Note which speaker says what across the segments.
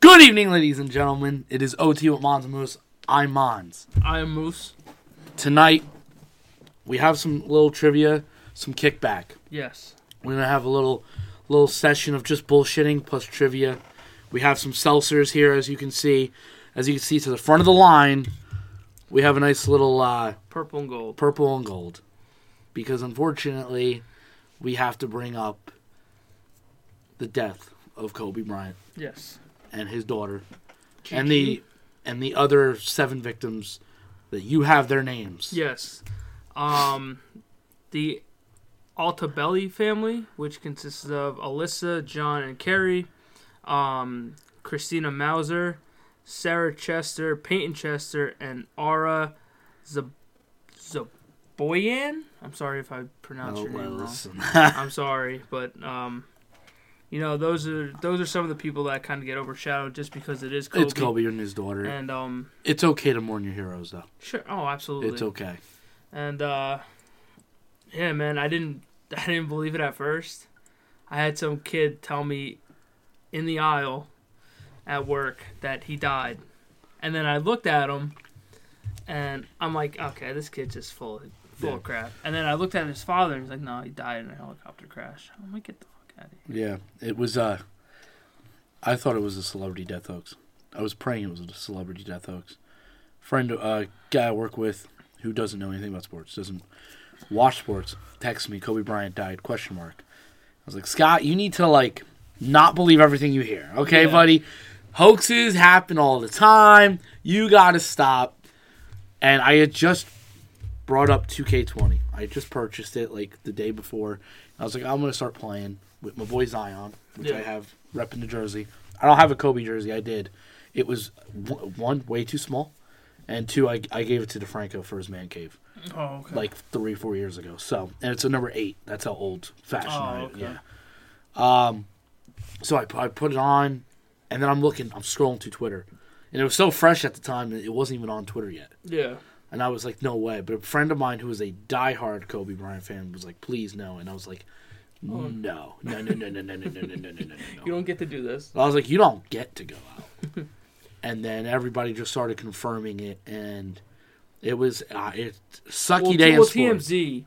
Speaker 1: Good evening, ladies and gentlemen. It is OT with Mons and Moose. I'm Mons.
Speaker 2: I am Moose.
Speaker 1: Tonight, we have some little trivia, some kickback.
Speaker 2: Yes.
Speaker 1: We're gonna have a little, little session of just bullshitting plus trivia. We have some seltzers here, as you can see. As you can see to the front of the line, we have a nice little uh,
Speaker 2: Purple and gold.
Speaker 1: purple and gold, because unfortunately, we have to bring up the death of Kobe Bryant
Speaker 2: Yes.
Speaker 1: and his daughter. and the and the other seven victims that you have their names.
Speaker 2: Yes. Um the Altabelli family, which consists of Alyssa, John, and Carrie, um, Christina Mauser, Sarah Chester, Peyton Chester, and Ara Zab- Zaboyan. I'm sorry if I pronounced
Speaker 1: Oh,
Speaker 2: your
Speaker 1: well,
Speaker 2: name wrong.
Speaker 1: listen.
Speaker 2: I'm sorry, but um, you know those are those are some of the people that kind of get overshadowed just because it is Kobe.
Speaker 1: it's Kobe and his daughter.
Speaker 2: And um,
Speaker 1: it's okay to mourn your heroes, though.
Speaker 2: sure. Oh, absolutely.
Speaker 1: It's okay.
Speaker 2: And uh, yeah, man, I didn't I didn't believe it at first. I had some kid tell me in the aisle at work that he died, and then I looked at him, and I'm like, okay, this kid's just full of, full of crap. And then I looked at his father, and he's like, no, he died in a helicopter crash. I'm like, get the fuck out of here.
Speaker 1: Yeah, it was. Uh, I thought it was a celebrity death hoax. I was praying it was a celebrity death hoax. Friend, uh, guy I work with, who doesn't know anything about sports, doesn't watch sports, texts me, "Kobe Bryant died?" Question mark. I was like, Scott, you need to like not believe everything you hear, okay,
Speaker 2: Yeah.
Speaker 1: buddy? Hoaxes happen all the time. You gotta stop. And I had just brought up 2K20. I just purchased it like the day before. I was like, I'm gonna start playing with my boy Zion, which I
Speaker 2: Yeah.
Speaker 1: have repping New Jersey. I don't have a Kobe jersey. I did. It was w- one way too small, and two, I, I gave it to DeFranco for his man cave
Speaker 2: Oh, okay.
Speaker 1: like three, four years ago. So, and it's a number eight. That's how old fashioned
Speaker 2: Oh,
Speaker 1: I am.
Speaker 2: okay.
Speaker 1: Yeah. Um, so I, I put it on, and then I'm looking, I'm scrolling through Twitter, and it was so fresh at the time that it wasn't even on Twitter yet.
Speaker 2: yeah.
Speaker 1: And I was like, no way. But a friend of mine who was a diehard Kobe Bryant fan was like, please no. And I was like, no, no, no, no, no, no, no, no, no, no, no, no, no.
Speaker 2: Oh. You don't get to do this.
Speaker 1: I was like, you don't get to go out. and then everybody just started confirming it, and it was uh, it sucky
Speaker 2: Well,
Speaker 1: day
Speaker 2: well,
Speaker 1: in sports.
Speaker 2: TMZ.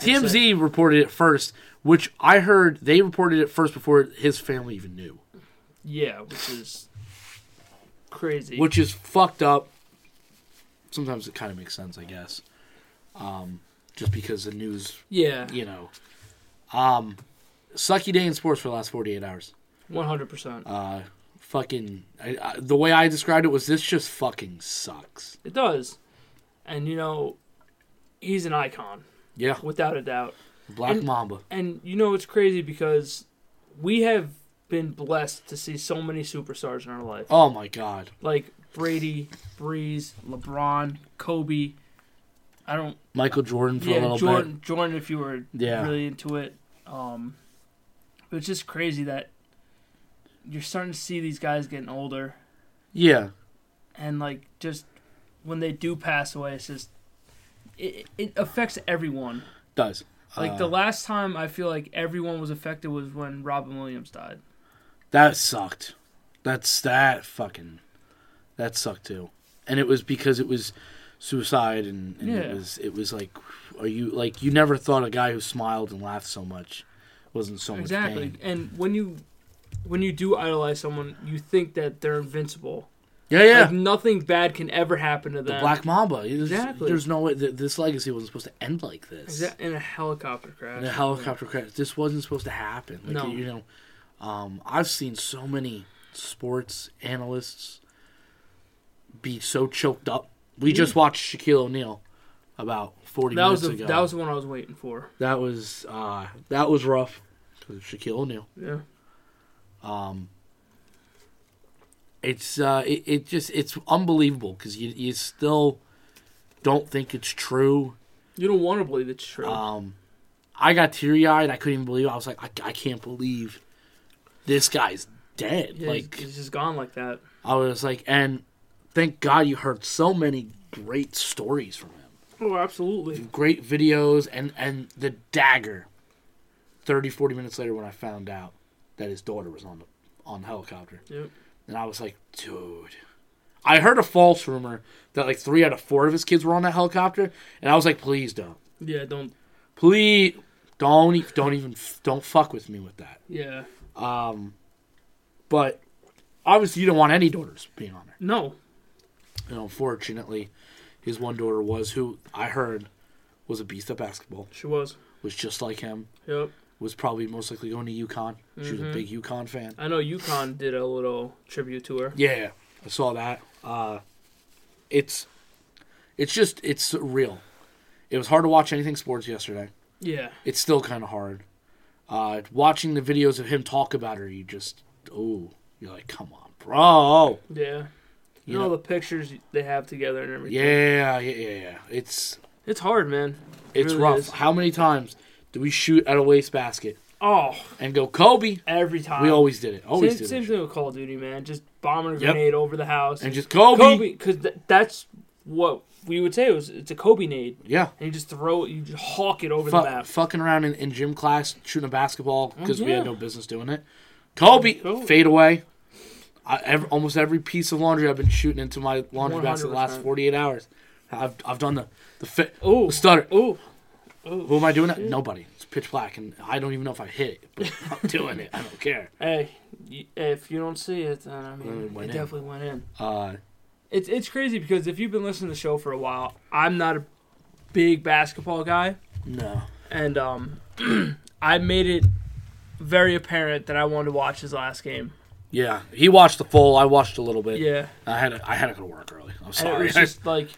Speaker 1: TMZ reported it first, which I heard they reported it first before his family even knew,
Speaker 2: Yeah, which is crazy.
Speaker 1: which is fucked up. Sometimes it kind of makes sense, I guess, um, just because the news,
Speaker 2: yeah,
Speaker 1: you know, um, sucky day in sports for the last forty eight hours.
Speaker 2: one hundred percent.
Speaker 1: Uh, fucking, I, I, the way I described it was this just fucking sucks.
Speaker 2: It does, and you know, he's an icon
Speaker 1: Yeah,
Speaker 2: without a doubt.
Speaker 1: Black
Speaker 2: and-
Speaker 1: Mamba.
Speaker 2: And you know, it's crazy because we have been blessed to see so many superstars in our life,
Speaker 1: Oh my god,
Speaker 2: like Brady, Breeze, LeBron, Kobe. I don't.
Speaker 1: Michael Jordan for a
Speaker 2: yeah,
Speaker 1: little
Speaker 2: Jordan. Jordan, if you were
Speaker 1: Yeah.
Speaker 2: really into it, um, but it's just crazy that you're starting to see these guys getting older.
Speaker 1: bit. Yeah,
Speaker 2: and like just when they do pass away, it's just it, it affects everyone.
Speaker 1: does
Speaker 2: Like
Speaker 1: Uh,
Speaker 2: the last time I feel like everyone was affected was when Robin Williams died.
Speaker 1: That sucked. That's that fucking that sucked too. And it was because it was suicide and, and it
Speaker 2: Yeah.
Speaker 1: was it was like are you like you never thought a guy who smiled and laughed so much wasn't so
Speaker 2: exactly,
Speaker 1: much pain.
Speaker 2: and when you when you do idolize someone, you think that they're invincible.
Speaker 1: Yeah, yeah.
Speaker 2: Like nothing bad can ever happen to
Speaker 1: the
Speaker 2: them.
Speaker 1: Black Mamba. There's,
Speaker 2: Exactly.
Speaker 1: There's no way th- this legacy wasn't supposed to end like this.
Speaker 2: Exa- in a helicopter crash.
Speaker 1: In a helicopter crash. This wasn't supposed to happen. Like,
Speaker 2: No.
Speaker 1: you know, um, I've seen so many sports analysts be so choked up. We just watched Shaquille O'Neal about 40
Speaker 2: Mm. That was
Speaker 1: minutes
Speaker 2: the,
Speaker 1: ago.
Speaker 2: that was the one I was waiting for.
Speaker 1: that was uh, that was rough 'cause of Shaquille O'Neal. Um,
Speaker 2: Yeah.
Speaker 1: It's uh, it, it just it's unbelievable because you you still don't think it's true.
Speaker 2: You don't want to believe it's true.
Speaker 1: Um, I got teary eyed. I couldn't even believe. It. I was like, I, I can't believe this guy's dead.
Speaker 2: Yeah,
Speaker 1: like
Speaker 2: it's just gone like that.
Speaker 1: I was like, and thank God you heard so many great stories from him.
Speaker 2: Oh, absolutely.
Speaker 1: Great videos and and the dagger. 30 40 minutes later when I found out that his daughter was on the on the helicopter.
Speaker 2: Yep.
Speaker 1: And I was like, dude. I heard a false rumor that like three out of four of his kids were on that helicopter, and I was like, please don't,
Speaker 2: Yeah, don't.
Speaker 1: please don't, e- don't even don't fuck with me with that.
Speaker 2: Yeah.
Speaker 1: Um, but obviously, you don't want any daughters being on there.
Speaker 2: No.
Speaker 1: And unfortunately, his one daughter was who I heard was a beast at basketball,
Speaker 2: She was.
Speaker 1: was just like him,
Speaker 2: Yep.
Speaker 1: was probably most likely going to UConn. She was a big UConn fan.
Speaker 2: I know UConn did a little tribute to her.
Speaker 1: Yeah, I saw that. Uh, it's it's just it's real. It was hard to watch anything sports yesterday.
Speaker 2: Yeah.
Speaker 1: It's still kind of hard. Uh, watching the videos of him talk about her, you just oh, you're like, come on, bro.
Speaker 2: Yeah. You
Speaker 1: You
Speaker 2: know,
Speaker 1: know-
Speaker 2: the pictures they have together and everything.
Speaker 1: Yeah, yeah, yeah, yeah. It's
Speaker 2: It's hard, man. It
Speaker 1: it's
Speaker 2: really
Speaker 1: rough.
Speaker 2: is.
Speaker 1: How many times do we shoot at a wastebasket
Speaker 2: Oh,
Speaker 1: and go Kobe?
Speaker 2: every time.
Speaker 1: We always did it. Always
Speaker 2: Uh, same,
Speaker 1: did
Speaker 2: same
Speaker 1: it.
Speaker 2: thing with Call of Duty, man. Just bombing a
Speaker 1: Yep.
Speaker 2: grenade over the house.
Speaker 1: And just Kobe.
Speaker 2: Kobe, because th- that's what we would say it was. It's a Kobe nade,
Speaker 1: Yeah.
Speaker 2: and you just throw it, you just hawk it over
Speaker 1: Fu-
Speaker 2: the map.
Speaker 1: fucking around in, in gym class, shooting a basketball because we
Speaker 2: Oh, yeah. Oh,
Speaker 1: had no business doing it. Kobe,
Speaker 2: Kobe.
Speaker 1: fade away. I, ev almost every piece of laundry I've been shooting into my laundry basket the last
Speaker 2: 100%.
Speaker 1: 48 hours. I've, I've done the the, fit,
Speaker 2: Ooh.
Speaker 1: the stutter.
Speaker 2: Oh,
Speaker 1: Who am I doing that? Nobody. It's pitch black, and I don't even know if I hit it, but I'm doing it. I don't care.
Speaker 2: hey, y- if you don't see it, then I mean,
Speaker 1: Then it
Speaker 2: it,
Speaker 1: went in.
Speaker 2: definitely went in.
Speaker 1: Uh,
Speaker 2: It's it's crazy because if you've been listening to the show for a while, I'm not a big basketball guy,
Speaker 1: no.
Speaker 2: and um, I made it very apparent that I wanted to watch his last game.
Speaker 1: Yeah, he watched the full. I watched a little bit.
Speaker 2: Yeah.
Speaker 1: I had to, I had to go to work early. I'm
Speaker 2: And it
Speaker 1: sorry.
Speaker 2: was just like,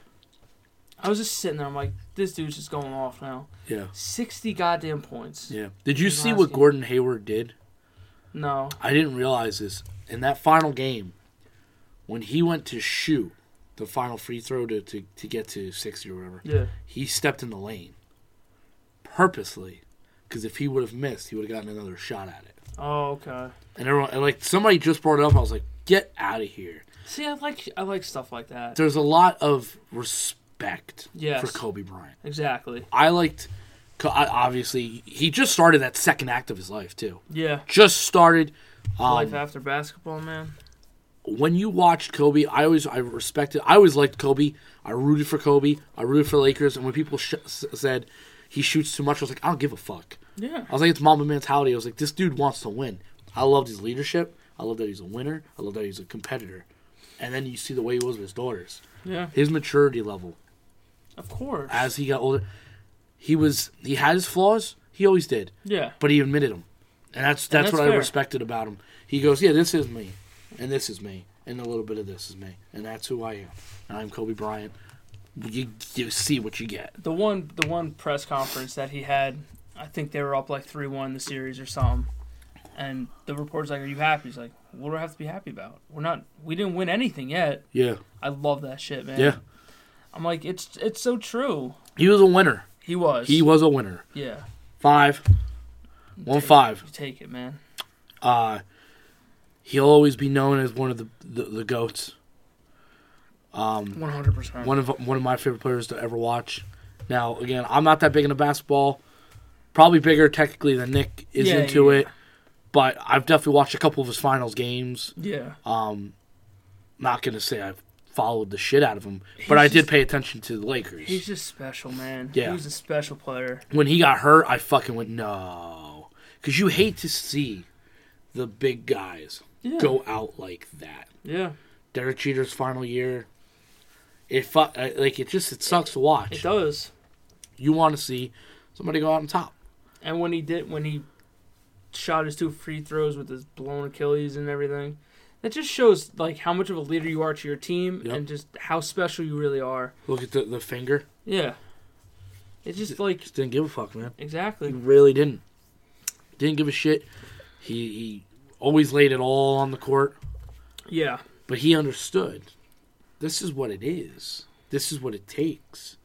Speaker 2: I was just sitting there. I'm like, this dude's just going off now.
Speaker 1: yeah,
Speaker 2: Sixty goddamn points.
Speaker 1: yeah. Did you
Speaker 2: His
Speaker 1: see
Speaker 2: last
Speaker 1: what
Speaker 2: game.
Speaker 1: Gordon Hayward did?
Speaker 2: No.
Speaker 1: I didn't realize this in that final game when he went to shoot the final free throw to, to, to get to 60 or whatever.
Speaker 2: Yeah.
Speaker 1: He stepped in the lane purposely because if he would have missed, he would have gotten another shot at it.
Speaker 2: Oh, okay.
Speaker 1: And everyone, and like somebody just brought it up, I was like, get out of here.
Speaker 2: See, I like I like stuff like that.
Speaker 1: There's a lot of respect
Speaker 2: Yes.
Speaker 1: for Kobe Bryant.
Speaker 2: Exactly.
Speaker 1: I liked, co- I- obviously, he just started that second act of his life, too.
Speaker 2: Yeah.
Speaker 1: Just started. Um,
Speaker 2: Life after basketball, man.
Speaker 1: when you watched Kobe, I always I respected. I always liked Kobe. I rooted for Kobe. I rooted for Lakers. And when people sh- s- said he shoots too much, I was like, I don't give a fuck.
Speaker 2: Yeah.
Speaker 1: I was like, it's mama mentality. I was like, this dude wants to win. I loved his leadership. I love that he's a winner. I love that he's a competitor. And then you see the way he was with his daughters,
Speaker 2: Yeah.
Speaker 1: his maturity level
Speaker 2: Of course.
Speaker 1: as he got older. He was he had his flaws. He always did,
Speaker 2: yeah.
Speaker 1: but he admitted them, and that's that's,
Speaker 2: that's
Speaker 1: what I
Speaker 2: fair.
Speaker 1: respected about him. He goes, yeah, this is me, and this is me, and a little bit of this is me, and that's who I am. And I'm Kobe Bryant. You, you see what you get.
Speaker 2: The one the one press conference that he had, I think they were up like three one the series or something. And the reporter's like, "Are you happy?" He's like, "What do I have to be happy about? We're not. We didn't win anything yet."
Speaker 1: Yeah,
Speaker 2: I love that shit, man.
Speaker 1: yeah.
Speaker 2: I'm like, it's it's so true.
Speaker 1: He was a winner.
Speaker 2: He was.
Speaker 1: He was a winner.
Speaker 2: Yeah.
Speaker 1: Five, one
Speaker 2: Take-
Speaker 1: five.
Speaker 2: You take it, man.
Speaker 1: Uh, he'll always be known as one of the the, the goats.
Speaker 2: One hundred percent.
Speaker 1: one of one of my favorite players to ever watch. Now, again, I'm not that big into basketball. Probably bigger technically than Nick is
Speaker 2: Yeah,
Speaker 1: into
Speaker 2: yeah.
Speaker 1: it, but I've definitely watched a couple of his finals games.
Speaker 2: Yeah.
Speaker 1: Um, not gonna say I've followed the shit out of him, but I
Speaker 2: He's
Speaker 1: did
Speaker 2: just-
Speaker 1: pay attention to the Lakers.
Speaker 2: He's just special, man.
Speaker 1: Yeah.
Speaker 2: He was a special player.
Speaker 1: when he got hurt, I fucking went no, because you hate to see the big guys
Speaker 2: Yeah.
Speaker 1: go out like that.
Speaker 2: Yeah.
Speaker 1: Derek Jeter's final year, it fu- uh, like it just it sucks to watch.
Speaker 2: It does.
Speaker 1: You want to see somebody go out on top.
Speaker 2: And when he did, when he shot his two free throws with his blown Achilles and everything, that just shows like how much of a leader you are to your team
Speaker 1: Yep.
Speaker 2: and just how special you really are.
Speaker 1: Look at the, the finger.
Speaker 2: Yeah. It's just like
Speaker 1: Just didn't give a fuck, man. He
Speaker 2: exactly.
Speaker 1: really didn't. Didn't give a shit. He, he always laid it all on the court,
Speaker 2: Yeah.
Speaker 1: but he understood. This is what it is. This is what it takes.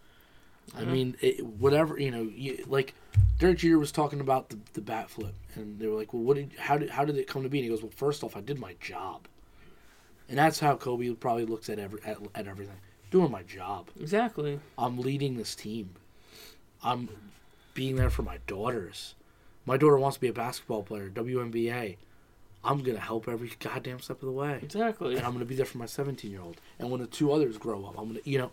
Speaker 1: I
Speaker 2: Yeah.
Speaker 1: mean, it, whatever you know, you, like Derek Jeter was talking about the, the bat flip, and they were like, "Well, what did how did how did it come to be?" And he goes, "Well, first off, I did my job," and that's how Kobe probably looks at every at, at everything, doing my job.
Speaker 2: Exactly.
Speaker 1: I'm leading this team. I'm being there for my daughters. My daughter wants to be a basketball player, WNBA. I'm gonna help every goddamn step of the way.
Speaker 2: Exactly.
Speaker 1: And I'm gonna be there for my 17 year old. And when the two others grow up, I'm gonna, you know,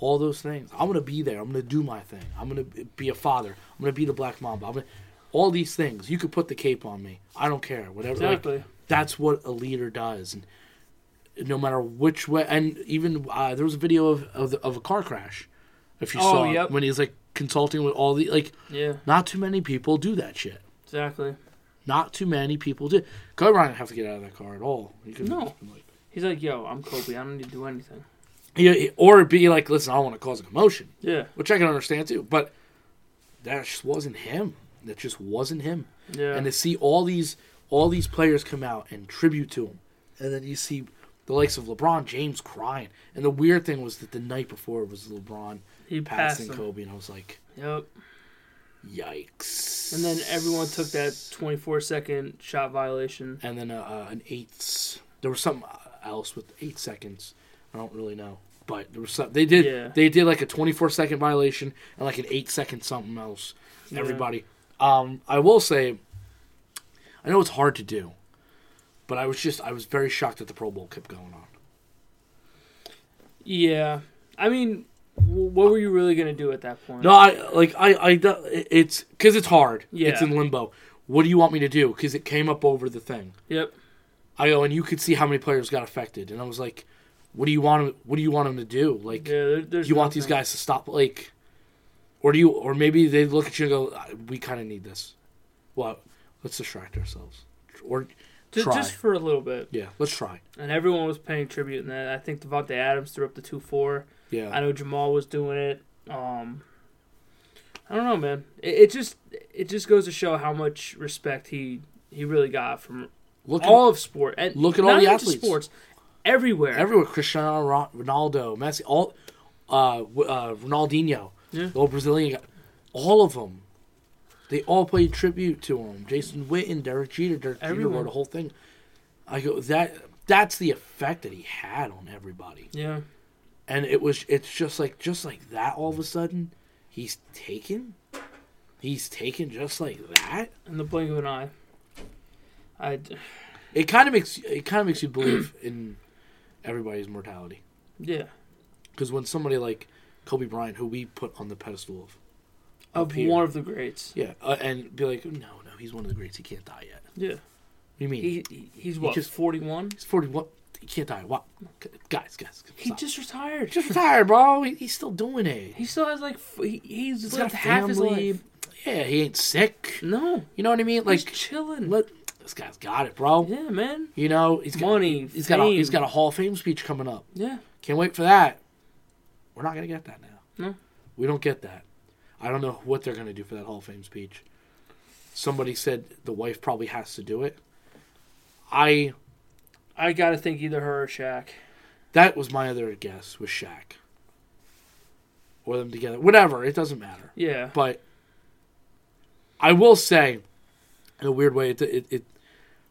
Speaker 1: all those things. I'm gonna be there. I'm gonna do my thing. I'm gonna b- be a father. I'm gonna be the black mamba. I'm gonna, all these things. You could put the cape on me. I don't care. Whatever. like,
Speaker 2: Exactly.
Speaker 1: that's what a leader does. And no matter which way, and even uh, there was a video of of, the, of a car crash. If you
Speaker 2: Oh,
Speaker 1: saw it,
Speaker 2: yep.
Speaker 1: when he was like consulting with all the like,
Speaker 2: Yeah.
Speaker 1: not too many people do that shit.
Speaker 2: Exactly.
Speaker 1: Not too many people do. Kobe Bryant didn't have to get out of that car at all. He could
Speaker 2: No.
Speaker 1: like,
Speaker 2: He's like, yo, I'm Kobe. I don't need to do anything.
Speaker 1: he, he- or be like, listen, I don't want to cause a commotion,
Speaker 2: Yeah.
Speaker 1: which I can understand too. But that just wasn't him. That just wasn't him.
Speaker 2: Yeah.
Speaker 1: and to see all these all these players come out and tribute to him, and then you see the likes of LeBron James crying. And the weird thing was that the night before it was LeBron
Speaker 2: he passed
Speaker 1: passing
Speaker 2: him.
Speaker 1: Kobe, and I was like,
Speaker 2: Yep.
Speaker 1: yikes.
Speaker 2: And then everyone took that 24 second shot violation.
Speaker 1: and then uh, uh, an eight. There was something else with eight seconds. I don't really know, but there was some. They did
Speaker 2: Yeah.
Speaker 1: they did like a twenty four second violation and like an eight second something else.
Speaker 2: Yeah.
Speaker 1: Everybody, um, I will say, I know it's hard to do, but I was just I was very shocked that the Pro Bowl kept going on.
Speaker 2: Yeah. I mean, w- what were you really going to do at that point?
Speaker 1: No, I like I I it's because it's hard.
Speaker 2: Yeah.
Speaker 1: it's in limbo. What do you want me to do? Because it came up over the thing.
Speaker 2: Yep.
Speaker 1: I go and you could see how many players got affected, and I was like, what do you want? Him, what do you want him to do?
Speaker 2: Yeah,
Speaker 1: Like.
Speaker 2: there, there's
Speaker 1: do you want these
Speaker 2: nothing.
Speaker 1: guys to stop like or do you or maybe they look at you and go "I- we kind of need this well let's distract ourselves or
Speaker 2: Ju-
Speaker 1: try
Speaker 2: Just for a little bit.
Speaker 1: yeah let's try
Speaker 2: And everyone was paying tribute in that. I think Devontae Adams threw up the 2 4. I
Speaker 1: yeah
Speaker 2: know Jamal was doing it. Um, I don't know, man. It, it just it just goes to show how much respect he he really got from
Speaker 1: look at
Speaker 2: all of sport and
Speaker 1: look at all
Speaker 2: not
Speaker 1: the
Speaker 2: even
Speaker 1: athletes.
Speaker 2: sports everywhere.
Speaker 1: everywhere cristiano Ro- ronaldo messi all uh, w- uh ronaldinho
Speaker 2: Yeah.
Speaker 1: the old brazilian guy all of them they all played tribute to him jason witten derek jeter derek jeter
Speaker 2: Everyone.
Speaker 1: wrote a whole thing i go that that's the effect that he had on everybody
Speaker 2: yeah,
Speaker 1: and it was it's just like just like that all of a sudden he's taken he's taken just like that
Speaker 2: in the blink of an eye. I d-
Speaker 1: it kind of makes it kind of makes you believe in everybody's mortality
Speaker 2: yeah
Speaker 1: because when somebody like kobe bryant who we put on the pedestal of
Speaker 2: of
Speaker 1: Up here.
Speaker 2: one of the greats.
Speaker 1: yeah uh, and be like no no he's one of the greats he can't die yet what
Speaker 2: Yeah,
Speaker 1: do you mean
Speaker 2: he, he he's what
Speaker 1: just-
Speaker 2: forty one.
Speaker 1: he's 41 he can't die what guys guys
Speaker 2: He
Speaker 1: stop.
Speaker 2: just retired.
Speaker 1: just retired bro he, he's still doing it
Speaker 2: he still has like f- he, he's,
Speaker 1: He's
Speaker 2: lived half his life.
Speaker 1: yeah he ain't sick
Speaker 2: No,
Speaker 1: you know what i mean
Speaker 2: like
Speaker 1: like
Speaker 2: chilling.
Speaker 1: let this guy's got it bro
Speaker 2: yeah, man.
Speaker 1: You know, he's got
Speaker 2: Money,
Speaker 1: He's got a, he's
Speaker 2: fame.
Speaker 1: got a Hall of Fame speech coming up.
Speaker 2: Yeah,
Speaker 1: Can't wait for that. We're not gonna get that now.
Speaker 2: No.
Speaker 1: we don't get that. I don't know what they're gonna do for that Hall of Fame speech. Somebody said the wife probably has to do it. I
Speaker 2: I gotta think either her or Shaq.
Speaker 1: that was my other guess was Shaq or them together. Whatever, it doesn't matter.
Speaker 2: Yeah.
Speaker 1: But I will say, in a weird way, it, it, it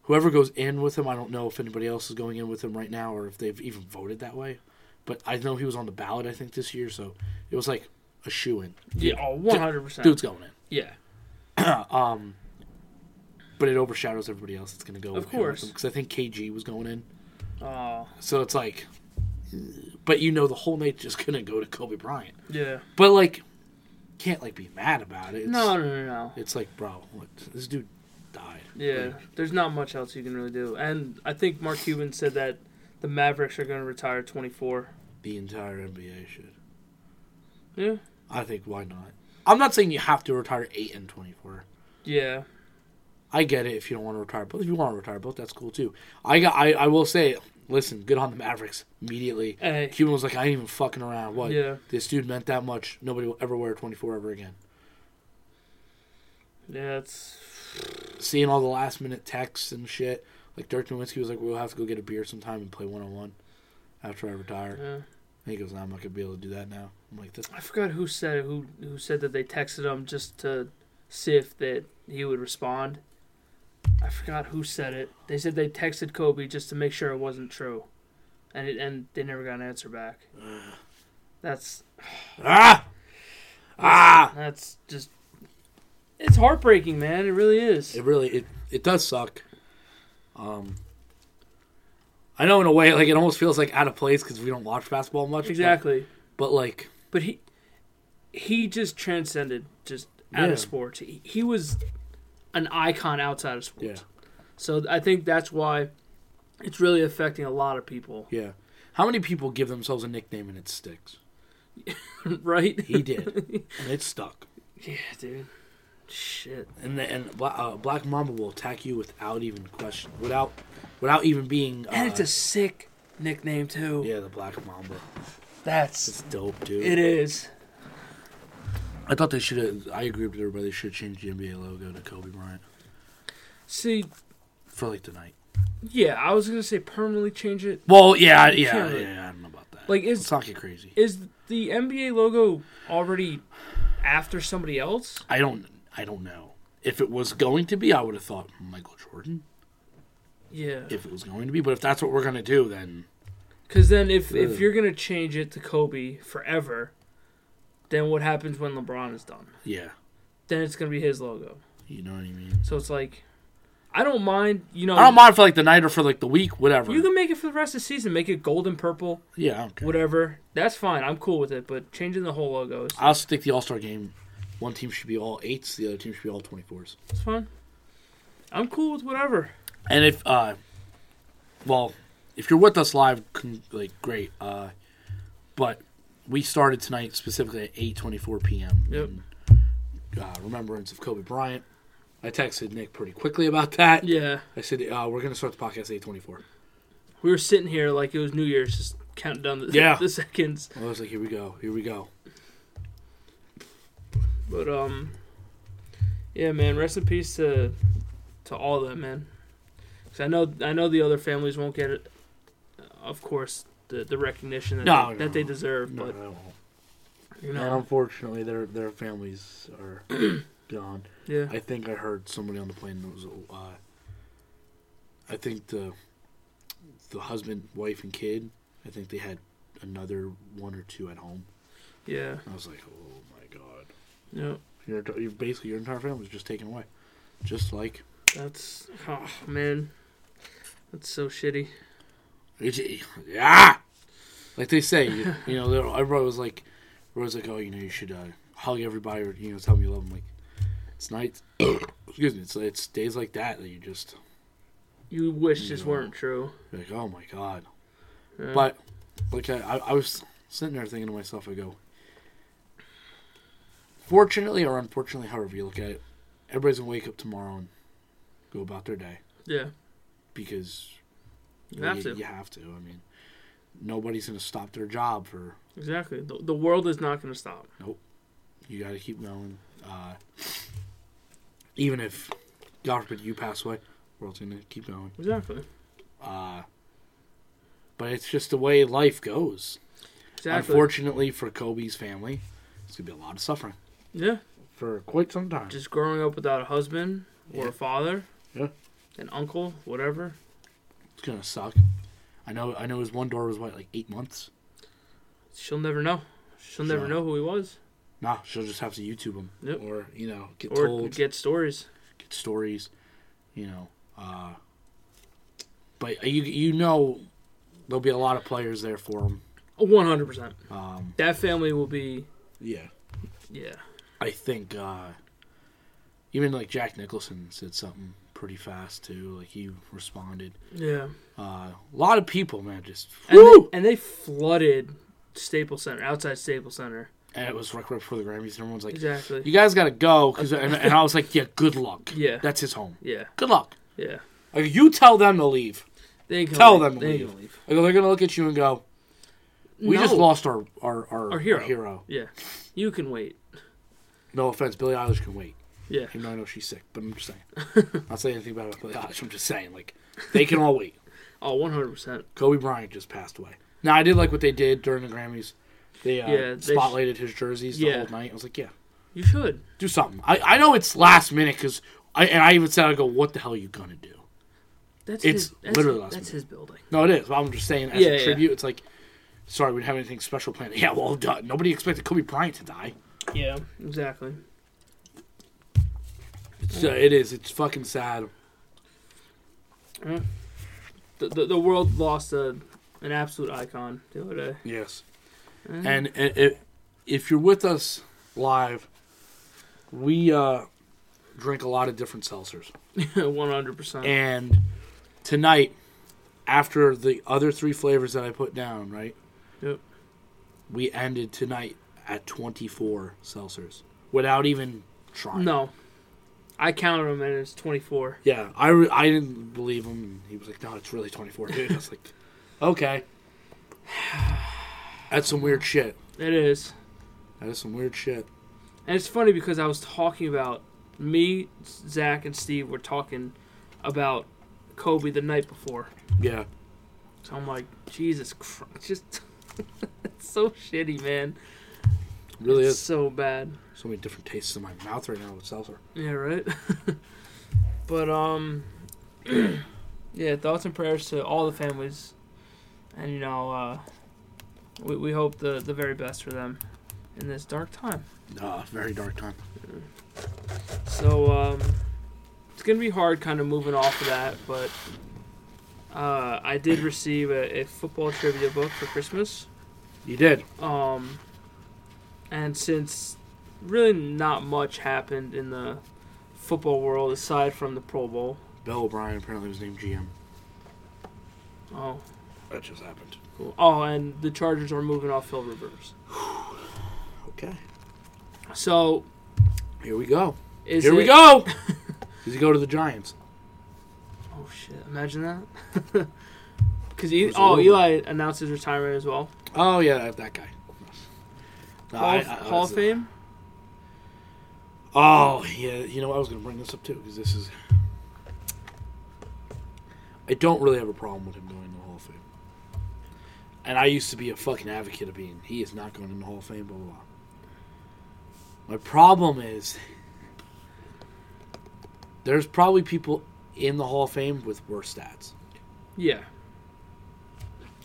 Speaker 1: whoever goes in with him, I don't know if anybody else is going in with him right now or if they've even voted that way. But I know he was on the ballot, I think, this year, so it was like a shoe in.
Speaker 2: Yeah, oh, one hundred percent.
Speaker 1: Dude's going in.
Speaker 2: yeah,
Speaker 1: Um, but it overshadows everybody else that's going to go.
Speaker 2: Of course.
Speaker 1: because I think KG was going in,
Speaker 2: oh,
Speaker 1: so it's like, but you know, the whole night's just going to go to Kobe Bryant.
Speaker 2: yeah.
Speaker 1: But like, can't like be mad about it. It's-
Speaker 2: No, no, no, no.
Speaker 1: It's like, bro, what, this dude died.
Speaker 2: Yeah, there's not much else you can really do. And I think Mark Cuban said that the Mavericks are going to retire 24.
Speaker 1: The entire NBA should.
Speaker 2: Yeah,
Speaker 1: I think why not? I'm not saying you have to retire eight and twenty four.
Speaker 2: yeah,
Speaker 1: I get it if you don't want to retire both. If you want to retire both, that's cool too. I got. I, I will say, listen, good on the Mavericks immediately.
Speaker 2: Hey.
Speaker 1: Cuban was like, I ain't even fucking around. What?
Speaker 2: Yeah.
Speaker 1: This dude meant that much. Nobody will ever wear twenty four ever again.
Speaker 2: yeah. It's
Speaker 1: Seeing all the last minute texts and shit. Like Dirk Nowitzki was like, we'll have to go get a beer sometime and play one on one after I retire.
Speaker 2: yeah.
Speaker 1: And he goes, nah, I'm not gonna be able to do that now. I'm like, this
Speaker 2: I forgot who said it, who who said that they texted him just to see if that he would respond. I forgot who said it. They said they texted Kobe just to make sure it wasn't true, and it, and they never got an answer back. That's
Speaker 1: ah ah.
Speaker 2: That's just. It's heartbreaking, man. It really is.
Speaker 1: It really it it does suck. Um, I know in a way, like it almost feels like out of place because we don't watch basketball much. but-
Speaker 2: Exactly.
Speaker 1: But, like,
Speaker 2: But he he just transcended just out
Speaker 1: Yeah.
Speaker 2: of sports. He, he was an icon outside of sports.
Speaker 1: yeah,
Speaker 2: So I think that's why it's really affecting a lot of people,
Speaker 1: yeah. How many people give themselves a nickname and it sticks?
Speaker 2: right?
Speaker 1: He did, and it stuck.
Speaker 2: yeah, dude. Shit.
Speaker 1: And the, and Bla- uh, Black Mamba will attack you without even question, without without even being. Uh,
Speaker 2: And it's a sick nickname too.
Speaker 1: yeah, the Black Mamba.
Speaker 2: That's
Speaker 1: It's dope, dude.
Speaker 2: it is.
Speaker 1: I thought they should have. I agree with everybody. They should change the NBA logo to Kobe Bryant
Speaker 2: See,
Speaker 1: for like tonight.
Speaker 2: yeah, I was gonna say permanently change it.
Speaker 1: Well, yeah, yeah,
Speaker 2: Can't
Speaker 1: yeah,
Speaker 2: really-
Speaker 1: I don't know about that.
Speaker 2: Like, is-
Speaker 1: it's not get crazy.
Speaker 2: Is the NBA logo already after somebody else?
Speaker 1: I don't. I don't know. If it was going to be, I would have thought Michael Jordan.
Speaker 2: Yeah.
Speaker 1: If it was going to be, but if that's what we're gonna do, then
Speaker 2: Because then, if
Speaker 1: Ugh.
Speaker 2: if you're gonna change it to Kobe forever, then what happens when LeBron is done?
Speaker 1: yeah,
Speaker 2: Then it's gonna be his logo.
Speaker 1: you know what I mean.
Speaker 2: So it's like, I don't mind. You know,
Speaker 1: I don't mind for like the night or for like the week, whatever.
Speaker 2: you can make it for the rest of the season. Make it golden purple,
Speaker 1: yeah, I don't care.
Speaker 2: whatever. That's fine. I'm cool with it. But changing the whole logo is
Speaker 1: I'll stick the All Star game. One team should be all eights, the other team should be all twenty fours.
Speaker 2: it's fine. I'm cool with whatever.
Speaker 1: And if, uh, well, if you're with us live, con- like great. Uh, but we started tonight specifically at eight twenty four p.m.
Speaker 2: Yep.
Speaker 1: in, Uh, remembrance of Kobe Bryant. I texted Nick pretty quickly about that.
Speaker 2: Yeah,
Speaker 1: I said uh, we're gonna start the podcast at eight twenty four.
Speaker 2: we were sitting here like it was New Year's, just counting down the,
Speaker 1: Yeah.
Speaker 2: the seconds.
Speaker 1: I was like, here we go, here we go.
Speaker 2: But um, yeah, man. Rest in peace to to all of them, man. Because I know I know the other families won't get it, of course, the the recognition that,
Speaker 1: No,
Speaker 2: they,
Speaker 1: no,
Speaker 2: that they deserve.
Speaker 1: No,
Speaker 2: but
Speaker 1: I won't.
Speaker 2: you
Speaker 1: And
Speaker 2: know,
Speaker 1: unfortunately, their their families are gone.
Speaker 2: yeah,
Speaker 1: I think I heard somebody on the plane that was. Uh, I think the the husband, wife, and kid. I think they had another one or two at home.
Speaker 2: yeah,
Speaker 1: I was like, oh my god,
Speaker 2: yeah.
Speaker 1: your enti- your basically your entire family was just taken away, just like
Speaker 2: That's oh man, that's so shitty.
Speaker 1: It's- yeah. Like they say, you, you know, they're- everybody was like, everybody was like, oh, you know, you should uh, hug everybody or you know, tell them you love them. Like, it's nights. excuse me. It's it's days like that that you just
Speaker 2: You wish this
Speaker 1: No.
Speaker 2: weren't true.
Speaker 1: you're like, oh my god.
Speaker 2: Yeah.
Speaker 1: But like I, I, I was sitting there thinking to myself, I go. Fortunately or unfortunately, however you look at it, everybody's gonna wake up tomorrow and go about their day
Speaker 2: yeah,
Speaker 1: because
Speaker 2: You have to.
Speaker 1: you have to. I mean, nobody's gonna stop their job for
Speaker 2: exactly. The, the world is not going to stop.
Speaker 1: You got to keep going. Uh, even if, God forbid, you pass away, world's going to keep going.
Speaker 2: Exactly.
Speaker 1: Uh, but it's just the way life goes.
Speaker 2: Exactly.
Speaker 1: Unfortunately for Kobe's family, it's going to be a lot of suffering
Speaker 2: yeah.
Speaker 1: for quite some time.
Speaker 2: Just growing up without a husband or
Speaker 1: Yeah.
Speaker 2: a father.
Speaker 1: Yeah.
Speaker 2: An uncle, whatever.
Speaker 1: It's going to suck. I know. I know his one door was what, like eight months.
Speaker 2: She'll never know. She'll never
Speaker 1: Sure.
Speaker 2: know who he was
Speaker 1: Nah, she'll just have to YouTube him,
Speaker 2: Yep.
Speaker 1: or you know, get
Speaker 2: or
Speaker 1: told, get,
Speaker 2: get stories.
Speaker 1: stories, you know. Uh, but you you know, there'll be a lot of players there for him.
Speaker 2: One hundred percent.
Speaker 1: Um,
Speaker 2: That family will be.
Speaker 1: yeah.
Speaker 2: Yeah.
Speaker 1: I think uh, even like Jack Nicholson said something pretty fast too. Like he responded.
Speaker 2: Yeah.
Speaker 1: Uh, a lot of people, man, just
Speaker 2: And
Speaker 1: woo!
Speaker 2: they, and they flooded Staples Center, outside Staples Center.
Speaker 1: and it was like right before the Grammys, and everyone's like,
Speaker 2: Exactly.
Speaker 1: "You guys gotta go," 'cause- and, and I was like, "Yeah, good luck.
Speaker 2: Yeah.
Speaker 1: that's his home.
Speaker 2: Yeah.
Speaker 1: Good luck.
Speaker 2: Yeah.
Speaker 1: Like, you tell them to leave.
Speaker 2: They ain't gonna
Speaker 1: Tell
Speaker 2: leave.
Speaker 1: them to
Speaker 2: They ain't
Speaker 1: leave.
Speaker 2: gonna leave.
Speaker 1: Like, they're gonna look at you and go, "We just
Speaker 2: No.
Speaker 1: lost our our our,
Speaker 2: Our hero.
Speaker 1: our hero."
Speaker 2: Yeah. You can wait.
Speaker 1: No offense, Billie Eilish can wait.
Speaker 2: Yeah.
Speaker 1: Even though I know she's sick, but I'm just saying. Not saying anything about Billie Eilish. I'm just saying, like, they can all wait.
Speaker 2: Oh, one hundred percent.
Speaker 1: Kobe Bryant just passed away. Now I did like what they did during the Grammys. They, uh,
Speaker 2: Yeah, they-
Speaker 1: spotlighted his jerseys the
Speaker 2: Yeah.
Speaker 1: whole night. I was like, yeah,
Speaker 2: You should.
Speaker 1: do something. I, I know it's last minute because I and I even said I go, what the hell are you gonna do?
Speaker 2: That's
Speaker 1: It's
Speaker 2: his, that's,
Speaker 1: literally last
Speaker 2: that's his building.
Speaker 1: No, it is. But I'm just saying as
Speaker 2: Yeah,
Speaker 1: a
Speaker 2: yeah.
Speaker 1: tribute. It's like, sorry, we didn't have anything special planned. Yeah, well, duh, nobody expected Kobe Bryant to die.
Speaker 2: Yeah. Exactly.
Speaker 1: It's, uh, it is. It's fucking sad.
Speaker 2: The, the, the world lost a, an absolute icon the other day.
Speaker 1: Yes.
Speaker 2: Mm.
Speaker 1: And i- i- if you're with us live, we uh, drink a lot of different seltzers.
Speaker 2: One hundred percent.
Speaker 1: And tonight, after the other three flavors that I put down, right?
Speaker 2: Yep.
Speaker 1: We ended tonight at 24 seltzers without even trying.
Speaker 2: No, I counted them and it's twenty four.
Speaker 1: Yeah, I, re- I didn't believe him. And he was like, no, it's really 24, dude. I was like, okay. That's some weird shit.
Speaker 2: It is,
Speaker 1: That is some weird shit.
Speaker 2: and it's funny because I was talking about me, Zach, and Steve were talking about Kobe the night before.
Speaker 1: Yeah.
Speaker 2: So I'm like, Jesus Christ, just it's so shitty, man.
Speaker 1: Really
Speaker 2: It's
Speaker 1: is.
Speaker 2: so bad.
Speaker 1: So many different tastes in my mouth right now with seltzer.
Speaker 2: Yeah, right. but um, yeah, thoughts and prayers to all the families, and you know, uh, we we hope the the very best for them in this dark time.
Speaker 1: Ah, very dark time.
Speaker 2: So um, it's gonna be hard, kind of moving off of that, but. Uh, I did receive a, a football trivia book for Christmas.
Speaker 1: You did.
Speaker 2: Um, and since really not much happened in the football world aside from the Pro Bowl,
Speaker 1: Bill O'Brien apparently was named GM.
Speaker 2: oh,
Speaker 1: That just happened.
Speaker 2: cool. Oh, and the Chargers are moving off Phil Rivers.
Speaker 1: Okay.
Speaker 2: So
Speaker 1: Here we go.
Speaker 2: is
Speaker 1: Here we
Speaker 2: it-
Speaker 1: go. Does he go to the Giants?
Speaker 2: Oh shit! Imagine that. Because he,
Speaker 1: It's
Speaker 2: oh,
Speaker 1: over.
Speaker 2: Eli announced his retirement as well.
Speaker 1: Oh yeah, that, that guy. No,
Speaker 2: Hall,
Speaker 1: I-
Speaker 2: of-
Speaker 1: I- I
Speaker 2: Hall of
Speaker 1: was-
Speaker 2: Fame.
Speaker 1: Oh yeah, you know I was gonna bring this up too because this is. I don't really have a problem with him going to the Hall of Fame. And I used to be a fucking advocate of being he is not going in the Hall of Fame, blah blah blah. My problem is there's probably people in the Hall of Fame with worse stats.
Speaker 2: Yeah,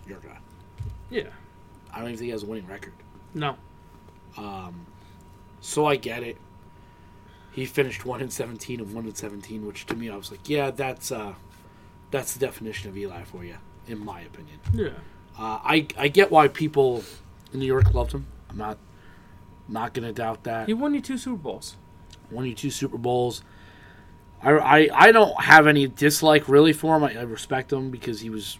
Speaker 1: Your guy.
Speaker 2: yeah.
Speaker 1: I don't even think he has a winning record.
Speaker 2: No,
Speaker 1: Um, so I get it. He finished one in seventeen and one in seventeen, which to me I was like, yeah, that's uh, that's the definition of Eli for you, in my opinion.
Speaker 2: yeah,
Speaker 1: Uh, I I get why people in New York loved him. I'm not not gonna doubt that.
Speaker 2: he won you two Super Bowls.
Speaker 1: Won you two Super Bowls. I, I, I don't have any dislike really for him. I, I respect him because he was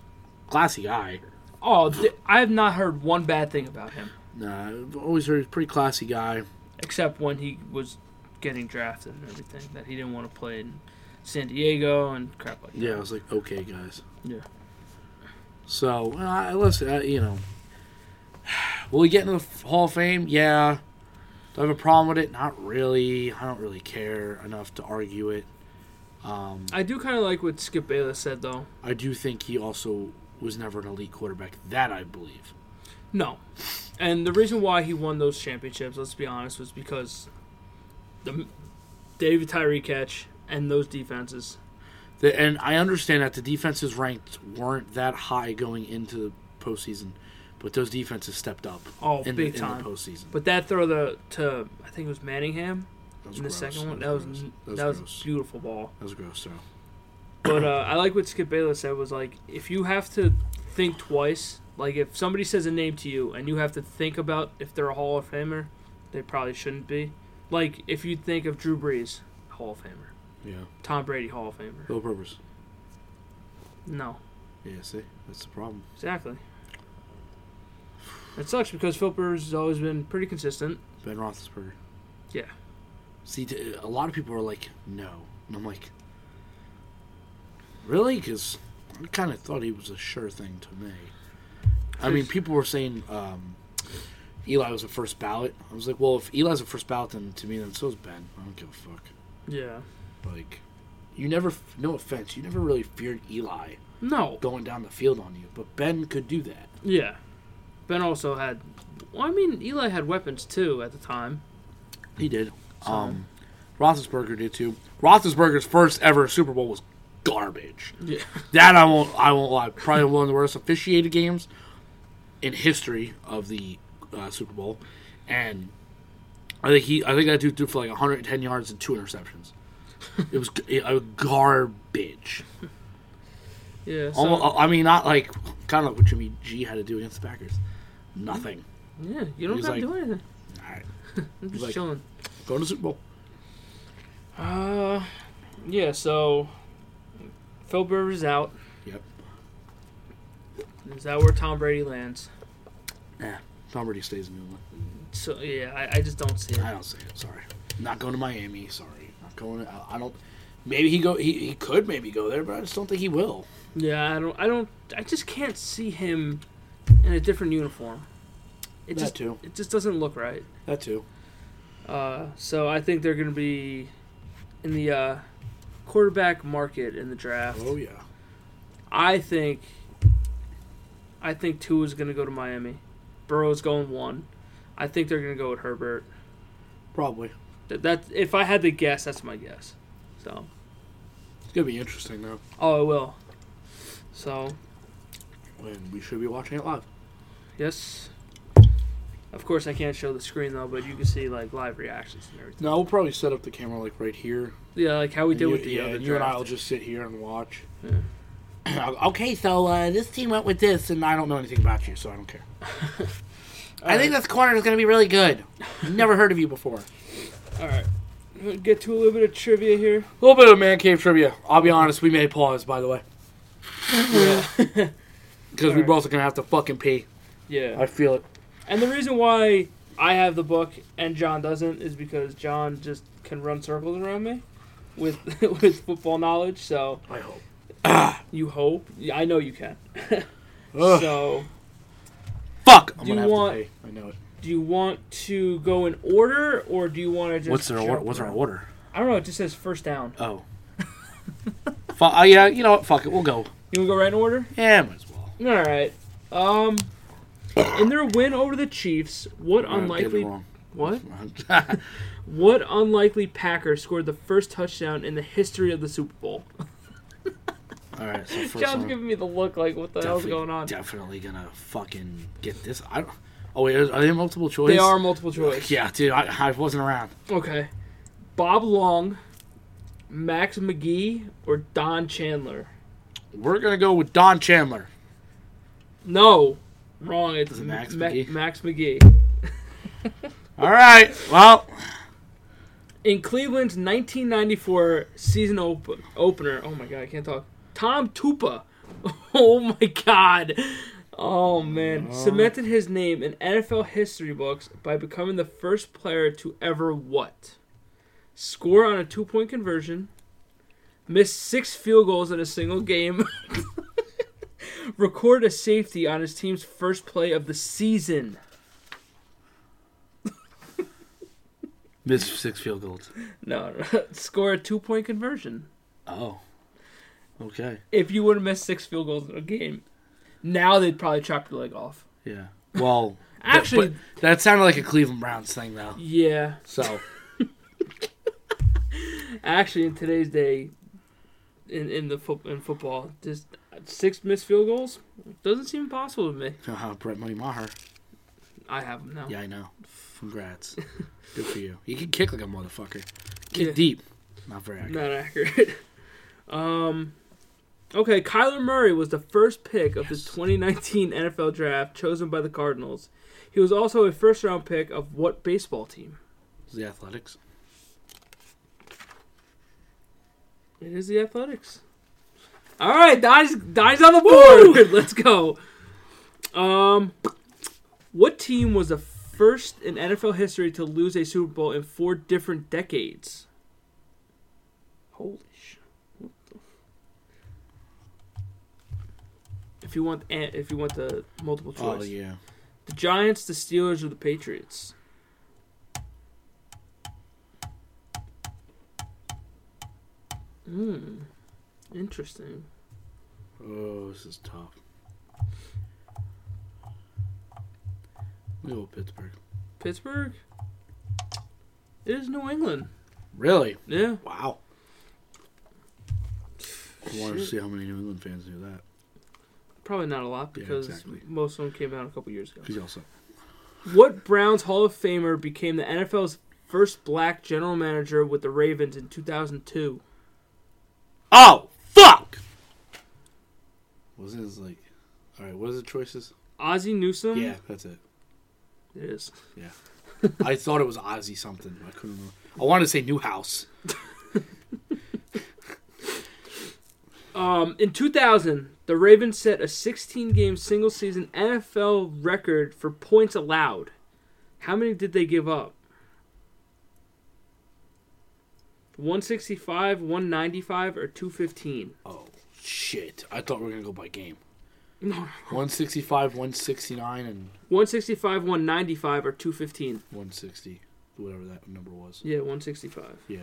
Speaker 1: classy guy.
Speaker 2: Oh, th- I have not heard one bad thing about him
Speaker 1: Nah, I've Uh, always heard he's a pretty classy guy.
Speaker 2: except when he was getting drafted and everything that he didn't want to play in San Diego and crap like that.
Speaker 1: Yeah, I was like, okay, guys.
Speaker 2: Yeah.
Speaker 1: So well, I listen, I, you know, will he get into the F- Hall of Fame? Yeah. Do I have a problem with it? Not really. I don't really care enough to argue it. Um,
Speaker 2: I do kind of like what Skip Bayless said though.
Speaker 1: I do think he also was never an elite quarterback. That I believe.
Speaker 2: No, and the reason why he won those championships, let's be honest, was because the David Tyree catch and those defenses.
Speaker 1: The, and I understand that the defenses ranked weren't that high going into the postseason, but those defenses stepped up
Speaker 2: Oh,
Speaker 1: in,
Speaker 2: big
Speaker 1: the, in
Speaker 2: time.
Speaker 1: the postseason.
Speaker 2: But that throw the to I think it was Manningham
Speaker 1: That was
Speaker 2: in the
Speaker 1: gross.
Speaker 2: second one. That was
Speaker 1: gross.
Speaker 2: that was,
Speaker 1: gross.
Speaker 2: beautiful ball.
Speaker 1: that was gross. So
Speaker 2: But uh, I like what Skip Bayless said was like if you have to think twice, like if somebody says a name to you and you have to think about if they're a Hall of Famer, they probably shouldn't be. Like if you think of Drew Brees, Hall of Famer,
Speaker 1: yeah,
Speaker 2: Tom Brady, Hall of Famer.
Speaker 1: no purpose.
Speaker 2: No,
Speaker 1: Yeah, see, that's the problem.
Speaker 2: exactly. It sucks because Phil Rivers has always been pretty consistent.
Speaker 1: Ben Roethlisberger.
Speaker 2: Yeah.
Speaker 1: See, t- a lot of people are like, no, and I'm like, really? Because I kind of thought he was a sure thing to me. I mean, people were saying um, Eli was a first ballot. I was like, well, if Eli's a first ballot, then to me, then so's Ben. I don't give a fuck.
Speaker 2: Yeah.
Speaker 1: Like, you never, f- no offense, you never really feared Eli
Speaker 2: No.
Speaker 1: going down the field on you, but Ben could do that.
Speaker 2: Yeah. Ben also had. Well, I mean, Eli had weapons too at the time.
Speaker 1: He did. Um, Roethlisberger did too. Roethlisberger's first ever Super Bowl was garbage.
Speaker 2: Yeah.
Speaker 1: That I won't. I won't lie. Probably one of the worst officiated games in history of the uh, Super Bowl, and I think he. I think that dude threw for like 110 yards and two interceptions. It was g- it, uh, garbage.
Speaker 2: Yeah. So,
Speaker 1: Almo I mean, not like kind of like what Jimmy G had to do against the Packers. Nothing.
Speaker 2: yeah, you don't
Speaker 1: He's
Speaker 2: have to
Speaker 1: like-
Speaker 2: do anything.
Speaker 1: All right,
Speaker 2: I'm just
Speaker 1: like-
Speaker 2: chilling.
Speaker 1: going to Super Bowl.
Speaker 2: Uh, yeah. So Phil Rivers is out.
Speaker 1: Yep.
Speaker 2: Is that where Tom Brady lands?
Speaker 1: Tom Brady stays in New England.
Speaker 2: So yeah, I, I just don't see
Speaker 1: I
Speaker 2: it.
Speaker 1: don't see it. Sorry, not going to Miami. Sorry, not going. I, I don't. Maybe he go. He, he could maybe go there, but I just don't think he will.
Speaker 2: Yeah, I don't. I don't. I just can't see him in a different uniform. It
Speaker 1: that
Speaker 2: just
Speaker 1: too.
Speaker 2: it just doesn't look right.
Speaker 1: That too.
Speaker 2: Uh, so I think they're going to be in the uh, quarterback market in the draft.
Speaker 1: Oh yeah.
Speaker 2: I think I think two is going to go to Miami. Burrow's going one. I think they're going to go with Herbert.
Speaker 1: Probably.
Speaker 2: That, that if I had to guess, that's my guess. So
Speaker 1: It's gonna be interesting though,
Speaker 2: oh, I will. So
Speaker 1: and we should be watching it live.
Speaker 2: yes. Of course, I can't show the screen though, but you can see like live reactions and everything.
Speaker 1: No, we'll probably set up the camera like right here.
Speaker 2: Yeah, like how we
Speaker 1: And
Speaker 2: did
Speaker 1: you,
Speaker 2: with the
Speaker 1: yeah,
Speaker 2: other
Speaker 1: and you and
Speaker 2: draft.
Speaker 1: I'll just sit here and watch.
Speaker 2: Yeah.
Speaker 1: okay, so uh, this team went with this, and I don't know anything about you, so I don't care. I think this corner is going to be really good. Never heard of you before.
Speaker 2: All right, I'm gonna get to a little bit of trivia here.
Speaker 1: A little bit of man cave trivia. I'll be honest, we may pause, by the way,
Speaker 2: Yeah.
Speaker 1: because we
Speaker 2: Alright.
Speaker 1: both are going to have to fucking pee.
Speaker 2: yeah.
Speaker 1: I feel it.
Speaker 2: And the reason why I have the book and John doesn't is because John just can run circles around me with with his football knowledge. So
Speaker 1: I hope.
Speaker 2: you hope. Yeah, I know you can.
Speaker 1: Ugh,
Speaker 2: So
Speaker 1: fuck. I'm
Speaker 2: do
Speaker 1: gonna
Speaker 2: you
Speaker 1: have
Speaker 2: want-
Speaker 1: to pee. I know it.
Speaker 2: do you want to go in order or do you want to just
Speaker 1: What's their order?
Speaker 2: jump
Speaker 1: What's our
Speaker 2: around?
Speaker 1: order?
Speaker 2: I don't know. It just says first down.
Speaker 1: Oh. Fu uh, yeah, you know what? Fuck it. We'll go.
Speaker 2: You want to go right in order?
Speaker 1: Yeah, might as well.
Speaker 2: All right. Um, in their win over the Chiefs, what unlikely what?
Speaker 1: What?
Speaker 2: What unlikely Packer scored the first touchdown in the history of the Super Bowl?
Speaker 1: All right. So first
Speaker 2: John's
Speaker 1: one.
Speaker 2: giving me the look like, what the hell's
Speaker 1: Definitely-
Speaker 2: going on?
Speaker 1: Definitely gonna fucking get this. I don't. Oh wait, are they multiple choice?
Speaker 2: They are multiple choice.
Speaker 1: Yeah, dude, I, I wasn't around.
Speaker 2: Okay. Bob Long, Max McGee, or Don Chandler?
Speaker 1: We're gonna go with Don Chandler.
Speaker 2: No, wrong. It's
Speaker 1: it Max
Speaker 2: Ma-
Speaker 1: McGee?
Speaker 2: Max McGee.
Speaker 1: All right. Well,
Speaker 2: In Cleveland's 1994 season op- opener, oh my god, I can't talk. Tom Tupa. Oh my god. Oh man, cemented his name in NFL history books by becoming the first player to ever what? Score on a two-point conversion, miss six field goals in a single game, record a safety on his team's first play of the season.
Speaker 1: missed six field goals.
Speaker 2: No, no, score a two-point conversion.
Speaker 1: Oh. Okay.
Speaker 2: if you would have missed six field goals in a game, now they'd probably chop your leg off.
Speaker 1: Yeah. Well. but-
Speaker 2: Actually-
Speaker 1: but that sounded like a Cleveland Browns thing though.
Speaker 2: Yeah,
Speaker 1: So
Speaker 2: actually, in today's day, in in the foot in football, just six missed field goals doesn't seem possible to me.
Speaker 1: uh, Brett Money Maher.
Speaker 2: I have them now.
Speaker 1: Yeah, I know. Congrats. Good for you. You can kick like a motherfucker. Kick
Speaker 2: Yeah.
Speaker 1: deep. Not very accurate.
Speaker 2: Not accurate. um, okay, Kyler Murray was the first pick of the 2019 NFL Draft chosen by the Cardinals. He was also a first round pick of what baseball team?
Speaker 1: The Athletics.
Speaker 2: It is the Athletics. All right, Dice, Dice on the board. Let's go. Um, what team was the first in NFL history to lose a Super Bowl in four different decades? Holy shit! If you want, an- if you want the multiple choice,
Speaker 1: Oh yeah.
Speaker 2: the Giants, the Steelers, or the Patriots. Hmm. Interesting.
Speaker 1: Oh, this is tough. We go with Pittsburgh.
Speaker 2: Pittsburgh? It is New England.
Speaker 1: Really?
Speaker 2: Yeah.
Speaker 1: Wow. I wanted to
Speaker 2: Shit.
Speaker 1: see how many New England fans knew that.
Speaker 2: Probably not a lot
Speaker 1: Yeah,
Speaker 2: because
Speaker 1: exactly.
Speaker 2: most of them came out a couple years ago.
Speaker 1: Because also,
Speaker 2: What Browns Hall of Famer became the NFL's first black general manager with the Ravens in 2002?
Speaker 1: oh fuck! Wasn't his like, all right, what is the choices?
Speaker 2: Ozzie Newsome.
Speaker 1: Yeah, that's it.
Speaker 2: It is.
Speaker 1: I thought it was Ozzy something. I couldn't remember. I wanted to say Newhouse.
Speaker 2: Um, in 2000, the Ravens set a 16 game single season NFL record for points allowed. How many did they give up? 165, 195, or 215?
Speaker 1: Oh shit! I thought we were gonna go by game.
Speaker 2: No.
Speaker 1: 165, 169, and
Speaker 2: 165, 195, or 215?
Speaker 1: 160, whatever that number was.
Speaker 2: Yeah, 165.
Speaker 1: Yeah,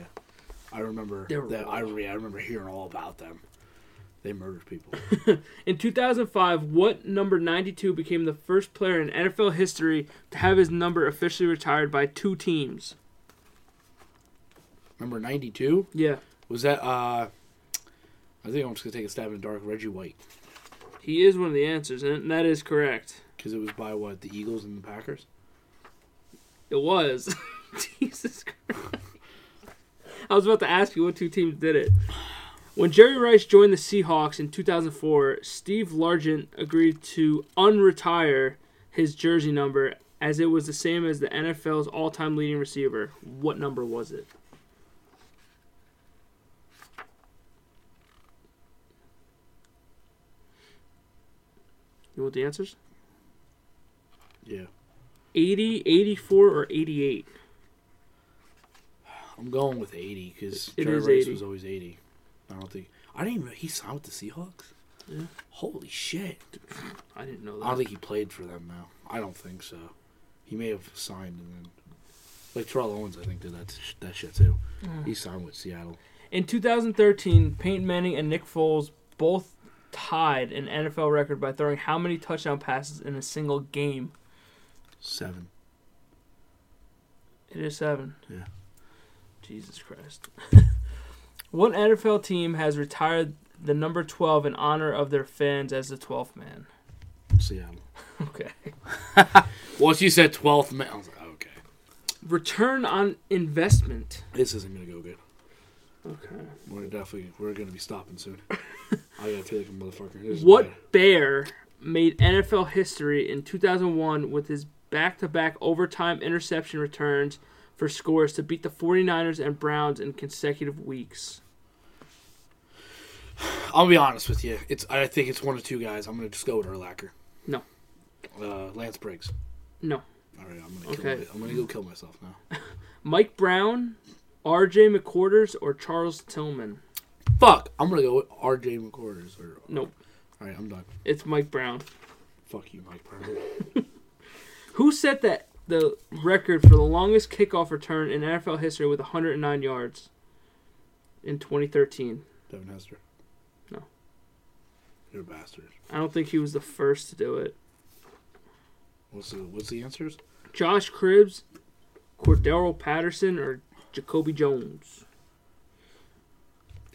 Speaker 1: I remember
Speaker 2: They were
Speaker 1: that. I
Speaker 2: rough.
Speaker 1: re- I remember hearing all about them. They murdered people.
Speaker 2: In 2005, what number 92 became the first player in NFL history to have his number officially retired by two teams?
Speaker 1: Number 92
Speaker 2: Yeah,
Speaker 1: was that. uh I think I'm just gonna take a stab in the dark. Reggie White,
Speaker 2: he is one of the answers, and that is correct.
Speaker 1: because it was by what the Eagles and the Packers.
Speaker 2: It was. Jesus Christ. I was about to ask you what two teams did it. When Jerry Rice joined the Seahawks in 2004, Steve Largent agreed to unretire his jersey number as it was the same as the NFL's all time leading receiver. What number was it? You want the answers?
Speaker 1: Yeah,
Speaker 2: 80, 84, or 88?
Speaker 1: I'm going with 80 because
Speaker 2: It
Speaker 1: Jerry
Speaker 2: is
Speaker 1: Rice
Speaker 2: 80.
Speaker 1: was always 80. I don't think I didn't even. He signed with the Seahawks.
Speaker 2: Yeah.
Speaker 1: Holy shit!
Speaker 2: I didn't know
Speaker 1: I don't
Speaker 2: that.
Speaker 1: think he played for them now. I don't think so. He may have signed and then, like Terrell Owens, I think did that sh- that shit too.
Speaker 2: Mm.
Speaker 1: He signed with Seattle.
Speaker 2: In 2013, Peyton Manning and Nick Foles both tied an NFL record by throwing how many touchdown passes in a single game?
Speaker 1: Seven.
Speaker 2: It is seven.
Speaker 1: Yeah.
Speaker 2: Jesus Christ. what NFL team has retired the number 12 in honor of their fans as the 12th man?
Speaker 1: Seattle.
Speaker 2: Okay.
Speaker 1: Once you said 12th man, I was like, okay,
Speaker 2: Return on investment.
Speaker 1: this isn't gonna go good.
Speaker 2: Okay.
Speaker 1: We're definitely we're gonna be stopping soon. I gotta feel like a motherfucker. This is
Speaker 2: What
Speaker 1: bad.
Speaker 2: bear made NFL history in 2001 with his back to back overtime interception returns for scores to beat the 49ers and Browns in consecutive weeks?
Speaker 1: I'll be honest with you. It's I think it's one of two guys. I'm gonna just go with Erlacher.
Speaker 2: No.
Speaker 1: Uh, Lance Briggs.
Speaker 2: No.
Speaker 1: All right, I'm gonna kill
Speaker 2: Okay.
Speaker 1: my- I'm gonna go kill myself now.
Speaker 2: Mike Brown, RJ McCorders, or Charles Tillman?
Speaker 1: Fuck. I'm gonna go with R.J. McCorders. Or
Speaker 2: Nope.
Speaker 1: all right, I'm done.
Speaker 2: It's Mike Brown.
Speaker 1: Fuck you, Mike Brown.
Speaker 2: Who set that the record for the longest kickoff return in NFL history with 109 yards in 2013?
Speaker 1: Devin Hester.
Speaker 2: No.
Speaker 1: You're a bastard.
Speaker 2: I don't think he was the first to do it.
Speaker 1: What's the what's the answers?
Speaker 2: Josh Cribbs, Cordero Patterson, or Jacoby Jones?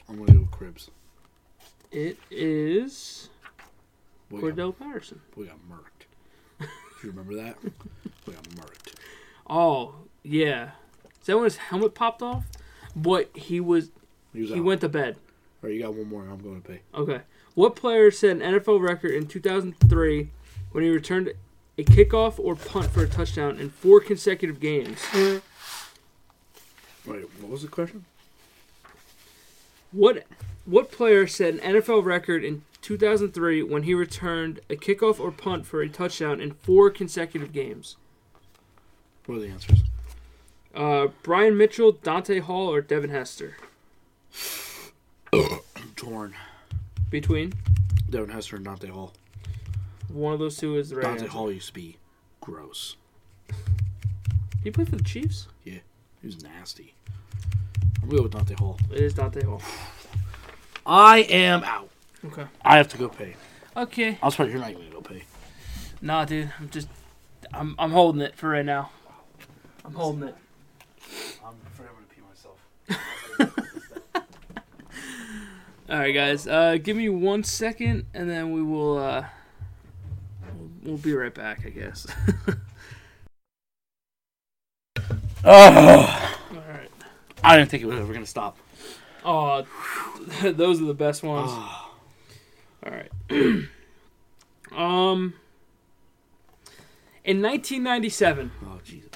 Speaker 1: I'm gonna go with Cribs.
Speaker 2: It is
Speaker 1: We got,
Speaker 2: Cordell Patterson.
Speaker 1: we got murked. Do you remember that? we got murked.
Speaker 2: Oh yeah, is that when his helmet popped off? What he was?
Speaker 1: He, was
Speaker 2: He
Speaker 1: out.
Speaker 2: went to bed.
Speaker 1: All right, you got one more. I'm going to pay.
Speaker 2: Okay. What player set an NFL record in 2003 when he returned a kickoff or punt for a touchdown in four consecutive games?
Speaker 1: Wait, what was the question?
Speaker 2: What what player set an NFL record in 2003 when he returned a kickoff or punt for a touchdown in four consecutive games?
Speaker 1: What are the answers?
Speaker 2: Uh, Brian Mitchell, Dante Hall, or Devin Hester?
Speaker 1: I'm torn.
Speaker 2: Between
Speaker 1: Devin Hester and Dante Hall.
Speaker 2: one of those two is the right
Speaker 1: Dante
Speaker 2: answer.
Speaker 1: Hall used to be gross.
Speaker 2: Did he play for the Chiefs?
Speaker 1: He was nasty. I'm going to go with Dante Hall.
Speaker 2: It is Dante Hall.
Speaker 1: I am out.
Speaker 2: Okay.
Speaker 1: I have to go pay.
Speaker 2: Okay.
Speaker 1: I was probably you're not going to go pay.
Speaker 2: Nah, dude. I'm just, I'm, I'm holding it for right now. I'm holding it.
Speaker 1: I'm forever to pee myself.
Speaker 2: All right, guys. Uh, give me one second, and then we will. Uh, we'll- we'll be right back, I guess.
Speaker 1: Oh,
Speaker 2: All right.
Speaker 1: I didn't think it was ever going to stop.
Speaker 2: Oh, those are the best ones.
Speaker 1: Ah.
Speaker 2: All right. um. In 1997,
Speaker 1: Oh Jesus!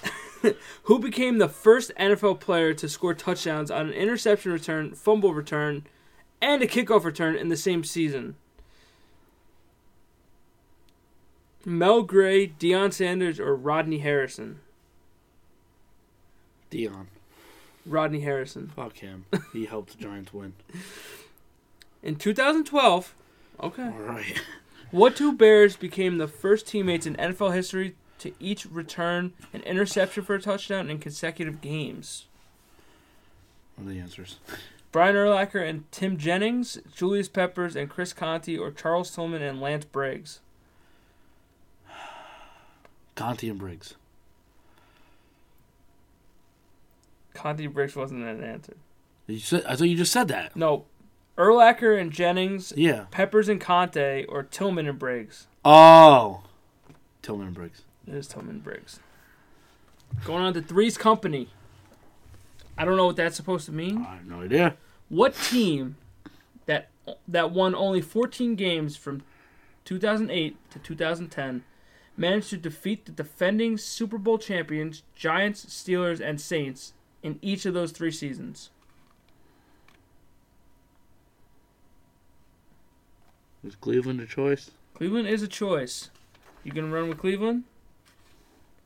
Speaker 2: who became the first NFL player to score touchdowns on an interception return, fumble return, and a kickoff return in the same season? Mel Gray, Deion Sanders, or Rodney Harrison?
Speaker 1: Dion,
Speaker 2: Rodney Harrison.
Speaker 1: fuck him. He helped the Giants win.
Speaker 2: In 2012, okay.
Speaker 1: All right.
Speaker 2: What two Bears became the first teammates in NFL history to each return an interception for a touchdown in consecutive games?
Speaker 1: What are the answers?
Speaker 2: Brian Urlacher and Tim Jennings, Julius Peppers and Chris Conti, or Charles Tillman and Lance Briggs?
Speaker 1: Conti and Briggs.
Speaker 2: Conti Briggs wasn't an answer.
Speaker 1: You said, I thought you just said that.
Speaker 2: No, Urlacher and Jennings,
Speaker 1: Yeah.
Speaker 2: Peppers and Conte, or Tillman and Briggs?
Speaker 1: Oh. Tillman and Briggs.
Speaker 2: It is Tillman and Briggs. Going on to Three's Company. I don't know what that's supposed to mean.
Speaker 1: I have no idea.
Speaker 2: What team that that won only 14 games from 2008 to 2010 managed to defeat the defending Super Bowl champions Giants, Steelers, and Saints in each of those three seasons?
Speaker 1: Is Cleveland a choice?
Speaker 2: Cleveland is a choice. You gonna run with Cleveland,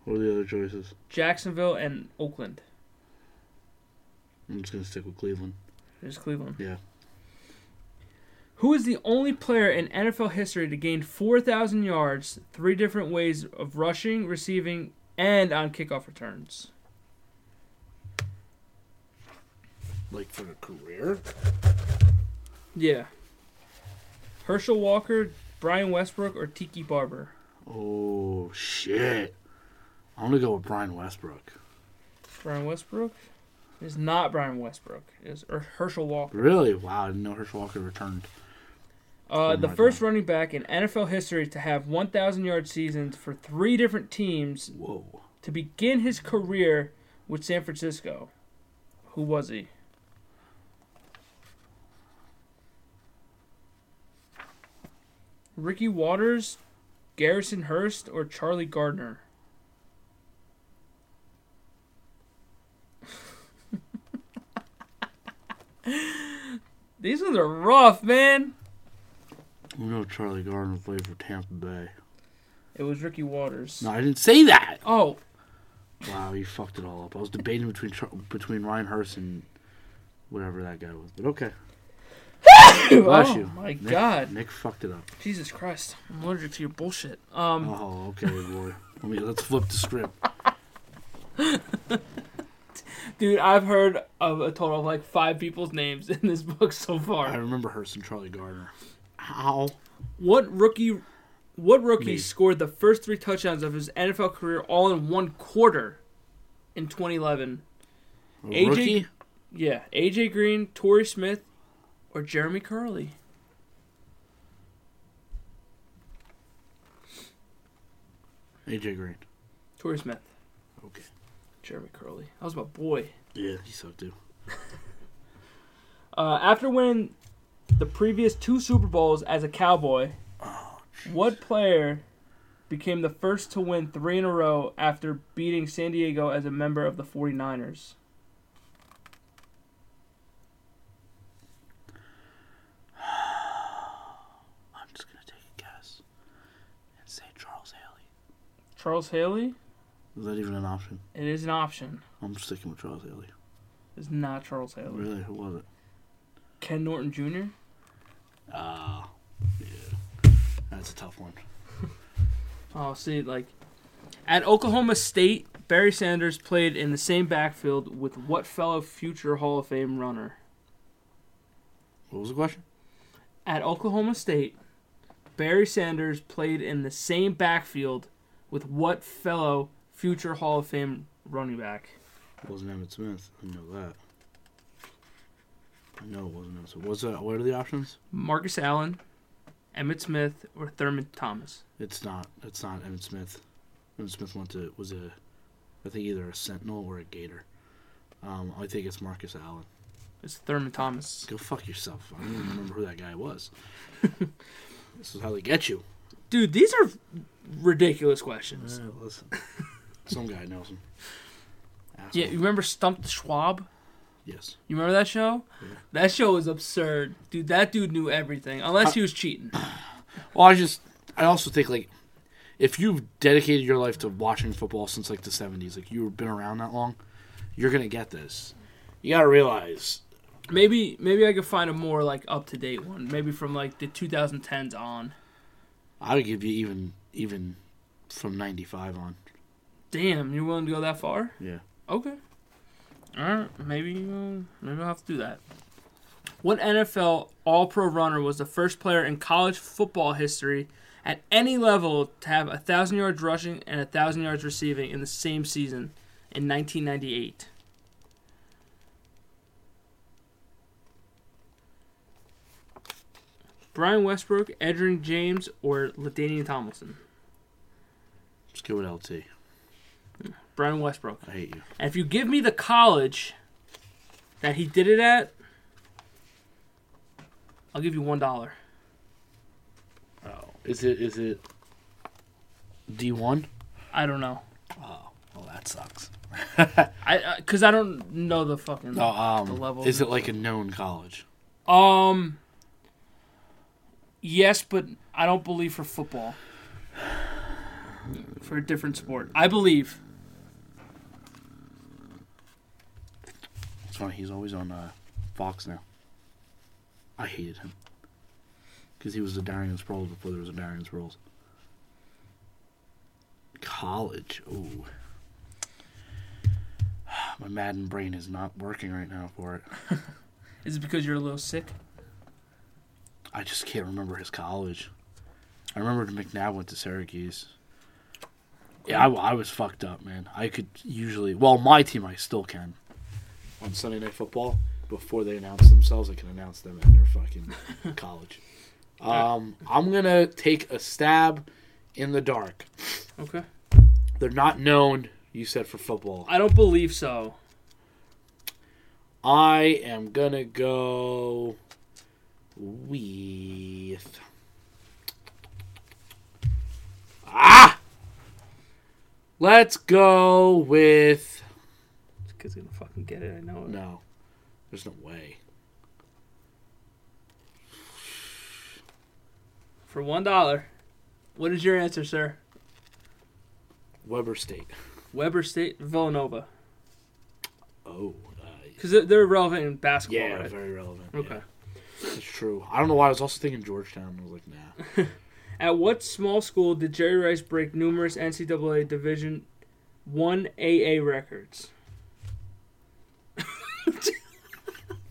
Speaker 1: What are the other choices?
Speaker 2: Jacksonville, and Oakland.
Speaker 1: I'm just gonna stick with Cleveland.
Speaker 2: There's Cleveland.
Speaker 1: Yeah.
Speaker 2: Who is the only player in NFL history to gain 4,000 yards three different ways of rushing, receiving, and on kickoff returns?
Speaker 1: Like for a career?
Speaker 2: Yeah. Herschel Walker, Brian Westbrook, or Tiki Barber?
Speaker 1: Oh shit. I'm gonna go with Brian Westbrook.
Speaker 2: Brian Westbrook? It's not Brian Westbrook. It's or Herschel Walker.
Speaker 1: Really? Wow, I didn't know Herschel Walker returned.
Speaker 2: Uh,
Speaker 1: Oh
Speaker 2: the
Speaker 1: my
Speaker 2: first running back in NFL history to have 1,000 yard seasons for three different teams
Speaker 1: Whoa.
Speaker 2: to begin his career with San Francisco. Who was he? Ricky Waters, Garrison Hurst, or Charlie Gardner? These ones are rough, man.
Speaker 1: I know Charlie Gardner played for Tampa Bay.
Speaker 2: It was Ricky Waters.
Speaker 1: No, I didn't say that.
Speaker 2: Oh,
Speaker 1: Wow, you fucked it all up. I was debating between Char- between Ryan Hurst and whatever that guy was, but okay. Bless
Speaker 2: oh
Speaker 1: you.
Speaker 2: my
Speaker 1: Nick-
Speaker 2: God.
Speaker 1: Nick fucked it up.
Speaker 2: Jesus Christ. I'm allergic to your bullshit. Um,
Speaker 1: Oh, okay, boy. Let me let's flip the script.
Speaker 2: Dude, I've heard of a total of like five people's names in this book so
Speaker 1: I
Speaker 2: far.
Speaker 1: remember Hurst and Charlie Gardner. How?
Speaker 2: What rookie what rookie
Speaker 1: Me.
Speaker 2: scored the first three touchdowns of his NFL career all in one quarter in 2011? AJ
Speaker 1: Rookie?
Speaker 2: Yeah, AJ Green, Torrey Smith, or Jeremy Curley?
Speaker 1: AJ Green.
Speaker 2: Torrey Smith,
Speaker 1: Okay.
Speaker 2: Jeremy Curley. That was my boy.
Speaker 1: Yeah, he sucked too.
Speaker 2: Uh, after winning the previous two Super Bowls as a Cowboy,
Speaker 1: Oh,
Speaker 2: what player became the first to win three in a row after beating San Diego as a member of the 49ers?
Speaker 1: I'm just gonna take a guess and say Charles Haley.
Speaker 2: Charles Haley?
Speaker 1: Is that even an option?
Speaker 2: It is an option.
Speaker 1: I'm sticking with Charles Haley.
Speaker 2: It's not Charles Haley.
Speaker 1: Really? Who was it?
Speaker 2: Ken Norton Jr.?
Speaker 1: Ah, yeah. That's a tough one.
Speaker 2: Oh, see, like. At Oklahoma State, Barry Sanders played in the same backfield with what fellow future Hall of Fame runner?
Speaker 1: What was the question?
Speaker 2: At Oklahoma State, Barry Sanders played in the same backfield with what fellow future Hall of Fame running back?
Speaker 1: It wasn't Emmett Smith. I know that. I know it wasn't Emmett Smith. What's that? What are the options?
Speaker 2: Marcus Allen, Emmett Smith, or Thurman Thomas?
Speaker 1: It's not. It's not Evan Smith. Evan Smith went to was a, I think either a Sentinel or a Gator. Um, I think it's Marcus Allen.
Speaker 2: It's Thurman Thomas.
Speaker 1: Go fuck yourself. I don't even remember who that guy was. this is how they get you.
Speaker 2: Dude, these are ridiculous questions.
Speaker 1: Yeah, listen. Some guy knows him.
Speaker 2: Yeah,
Speaker 1: Asshole.
Speaker 2: you remember Stump Schwab?
Speaker 1: Yes.
Speaker 2: You remember that show?
Speaker 1: Yeah.
Speaker 2: That show was absurd. Dude, that dude knew everything. Unless he was cheating.
Speaker 1: Well, I just, I also think like, if you've dedicated your life to watching football since like the '70s, like you've been around that long, you're gonna get this. You gotta realize.
Speaker 2: Maybe maybe I could find a more like up to date one. Maybe from like the 2010s on.
Speaker 1: I would give you even, even from '95 on.
Speaker 2: Damn, you're willing to go that far?
Speaker 1: Yeah.
Speaker 2: Okay. All right, maybe uh, maybe I'll have to do that. What NFL All-Pro runner was the first player in college football history at any level to have a thousand yards rushing and a thousand yards receiving in the same season in 1998? Brian Westbrook, Edrin James, or Ladainian Tomlinson?
Speaker 1: Let's go with LT.
Speaker 2: Brian Westbrook.
Speaker 1: I hate you.
Speaker 2: And if you give me the college that he did it at, I'll give you one dollar.
Speaker 1: Oh. Is it? Is it? D one.
Speaker 2: I don't know.
Speaker 1: Oh. Well, that sucks.
Speaker 2: I because I don't know the fucking.
Speaker 1: No. Um.
Speaker 2: The level
Speaker 1: is
Speaker 2: of-
Speaker 1: it like a known college?
Speaker 2: Um. Yes, but I don't believe for football. For a different sport, I believe.
Speaker 1: It's funny. He's always on uh, Fox now. I hated him because he was a Darian Sproles before there was a Darian Sproles. College. Ooh. My Madden brain is not working right now for it.
Speaker 2: Is it because you're a little sick?
Speaker 1: I just can't remember his college. I remember McNabb went to Syracuse. Yeah, I, w- I was fucked up, man. I could usually, well, my team I still can. On Sunday Night Football, before they announce themselves, I can announce them at their fucking college. Um, I'm gonna take a stab in the dark.
Speaker 2: Okay.
Speaker 1: They're not known, you said, for football.
Speaker 2: I don't believe so.
Speaker 1: I am gonna go with. Ah! Let's go with.
Speaker 2: This kid's gonna fucking get it. I know it.
Speaker 1: No. There's no way.
Speaker 2: For one dollar, what is your answer, sir?
Speaker 1: Weber State.
Speaker 2: Weber State, Villanova.
Speaker 1: Oh. Uh,
Speaker 2: Because they're relevant in basketball,
Speaker 1: yeah,
Speaker 2: right?
Speaker 1: very relevant.
Speaker 2: Okay.
Speaker 1: Yeah, that's true. I don't know why I was also thinking Georgetown. I was like, nah.
Speaker 2: At what small school did Jerry Rice break numerous NCAA Division One AA records?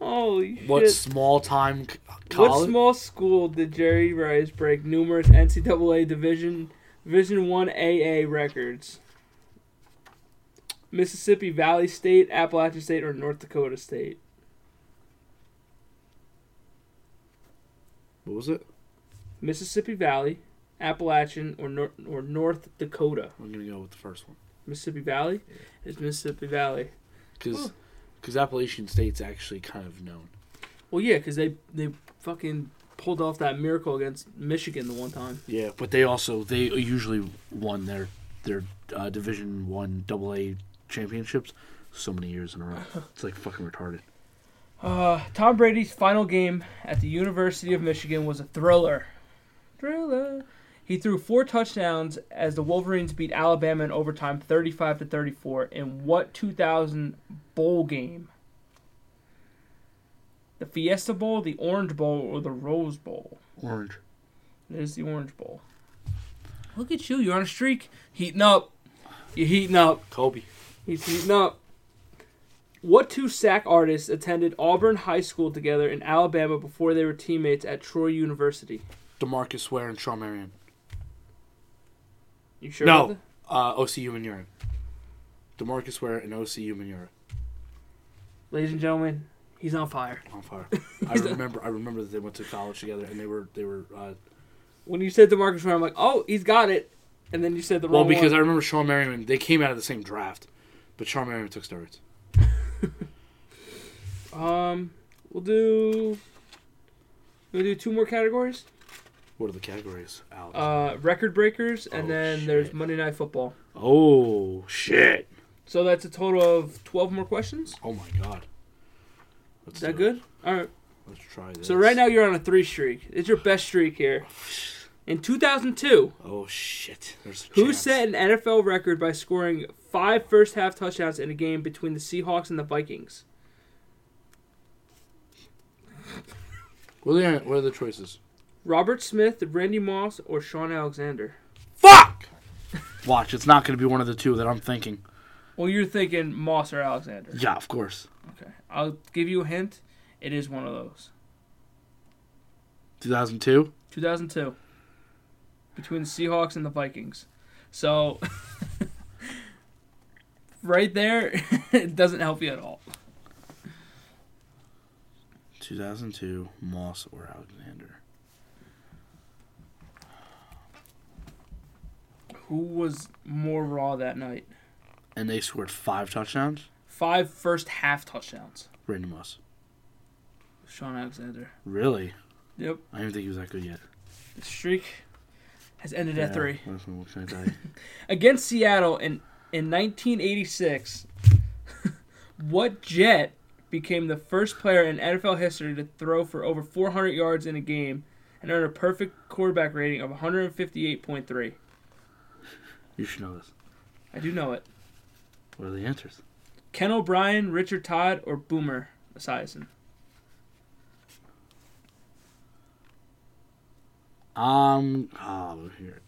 Speaker 2: Holy
Speaker 1: What
Speaker 2: shit!
Speaker 1: small time c-
Speaker 2: What
Speaker 1: college?
Speaker 2: small school did Jerry Rice break numerous NCAA Division Division One AA records? Mississippi Valley State, Appalachian State, or North Dakota State?
Speaker 1: what was it?
Speaker 2: Mississippi Valley, Appalachian, or nor- or North Dakota.
Speaker 1: I'm gonna go with the first one
Speaker 2: Mississippi Valley is Mississippi Valley.
Speaker 1: because
Speaker 2: Huh.
Speaker 1: Appalachian State's actually kind of known.
Speaker 2: Well, yeah, because they they fucking pulled off that miracle against Michigan the one time.
Speaker 1: Yeah, but they also they usually won their their uh, Division One Double A championships so many years in a row. It's like fucking retarded.
Speaker 2: Uh, Tom Brady's final game at the University of Michigan was a thriller. Thriller. He threw four touchdowns as the Wolverines beat Alabama in overtime, thirty-five to thirty-four, in what two thousand bowl game? The Fiesta Bowl, the Orange Bowl, or the Rose Bowl?
Speaker 1: Orange.
Speaker 2: There's the Orange Bowl. Look at you. You're on a streak. Heating up. You're heating up.
Speaker 1: Kobe.
Speaker 2: He's heating up. What two sack artists attended Auburn High School together in Alabama before they were teammates at Troy University?
Speaker 1: Demarcus Ware and Sean Marion.
Speaker 2: You sure?
Speaker 1: No.
Speaker 2: about that?
Speaker 1: Uh, OCU Manura. Demarcus Ware and OCU Manura
Speaker 2: Ladies and gentlemen, he's on fire.
Speaker 1: on fire. I remember. I remember that they went to college together and they were they were. Uh,
Speaker 2: When you said DeMarcus Ware, I'm like, oh, he's got it. And then you said the
Speaker 1: well,
Speaker 2: wrong
Speaker 1: because I
Speaker 2: one.
Speaker 1: remember Sean Marion. They came out of the same draft. But Charmander took steroids.
Speaker 2: Um, we'll do. We'll do two more categories.
Speaker 1: What are the categories, Alex?
Speaker 2: Uh, record breakers, and
Speaker 1: Oh,
Speaker 2: then
Speaker 1: shit.
Speaker 2: there's Monday Night Football.
Speaker 1: oh shit!
Speaker 2: So that's a total of twelve more questions.
Speaker 1: Oh my god. Let's
Speaker 2: Is that
Speaker 1: do it.
Speaker 2: good? All right.
Speaker 1: Let's try this.
Speaker 2: So right now you're on a three streak. It's your best streak here. In 2002,
Speaker 1: Oh shit! There's a
Speaker 2: who
Speaker 1: chance.
Speaker 2: set an NFL record by scoring five first half touchdowns in a game between the Seahawks and the Vikings?
Speaker 1: What are, the, what are the choices?
Speaker 2: Robert Smith, Randy Moss, or Sean Alexander?
Speaker 1: Fuck! Watch, it's not going to be one of the two that I'm thinking.
Speaker 2: Well, you're thinking Moss or Alexander.
Speaker 1: Yeah, of course.
Speaker 2: Okay. I'll give you a hint. It is one of those.
Speaker 1: 2002.
Speaker 2: 2002. Between the Seahawks and the Vikings. So, right there, it doesn't help you at all.
Speaker 1: 2002. Moss or Alexander?
Speaker 2: Who was more raw that night?
Speaker 1: And they scored five touchdowns.
Speaker 2: Five first half touchdowns.
Speaker 1: Randy Moss.
Speaker 2: Sean Alexander.
Speaker 1: Really?
Speaker 2: Yep.
Speaker 1: I didn't think he was that good yet.
Speaker 2: The streak has ended
Speaker 1: Yeah,
Speaker 2: at three.
Speaker 1: What what can I tell you?
Speaker 2: Against Seattle in, in 1986, what Jet became the first player in NFL history to throw for over 400 yards in a game and earn a perfect quarterback rating of 158.3?
Speaker 1: you should know this.
Speaker 2: I do know it.
Speaker 1: What are the answers?
Speaker 2: Ken O'Brien, Richard Todd, or Boomer Esiason?
Speaker 1: Um. Oh, here.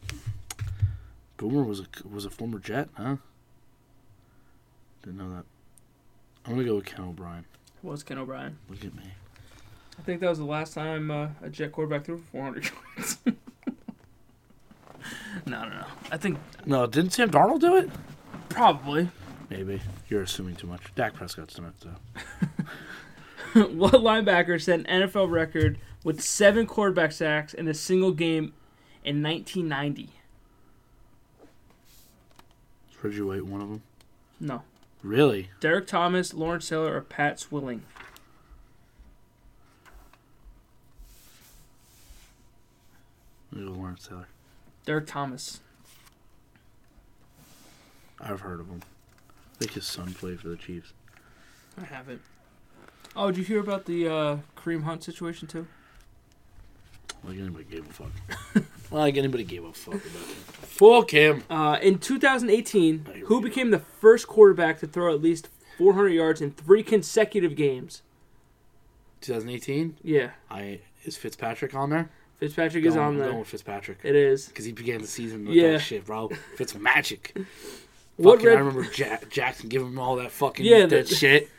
Speaker 1: Boomer was a was a former Jet, huh? Didn't know that. I'm gonna go with Ken O'Brien.
Speaker 2: It was Ken O'Brien.
Speaker 1: Look at me.
Speaker 2: I think that was the last time uh, a Jet quarterback threw for 400 yards. no, no, no. I think
Speaker 1: No, didn't Sam Darnold do it?
Speaker 2: probably.
Speaker 1: Maybe. You're assuming too much. Dak Prescott's done it, though.
Speaker 2: what linebacker set an NFL record with seven quarterback sacks in a single game in 1990?
Speaker 1: Is Reggie White one of them?
Speaker 2: No.
Speaker 1: Really?
Speaker 2: Derek Thomas, Lawrence Taylor, or Pat Swilling?
Speaker 1: I'm gonna go with Lawrence Taylor.
Speaker 2: Derek Thomas.
Speaker 1: I've heard of him. I think his son played for the Chiefs.
Speaker 2: I haven't. Oh, did you hear about the uh, Kareem Hunt situation, too?
Speaker 1: Like anybody gave a fuck. like anybody gave a fuck about him. Fuck him.
Speaker 2: Uh, in 2018,
Speaker 1: I
Speaker 2: who
Speaker 1: agree.
Speaker 2: became the first quarterback to throw at least 400 yards in three consecutive games?
Speaker 1: 2018.
Speaker 2: Yeah,
Speaker 1: I is Fitzpatrick on there?
Speaker 2: Fitzpatrick is
Speaker 1: Going-
Speaker 2: on
Speaker 1: Going
Speaker 2: there.
Speaker 1: with Fitzpatrick.
Speaker 2: It is.
Speaker 1: Because he began the season with
Speaker 2: Yeah.
Speaker 1: that shit, bro. Fitz magic.
Speaker 2: What
Speaker 1: fucking,
Speaker 2: red-
Speaker 1: I remember ja- Jackson giving him all that fucking
Speaker 2: Yeah,
Speaker 1: that,
Speaker 2: that-
Speaker 1: shit.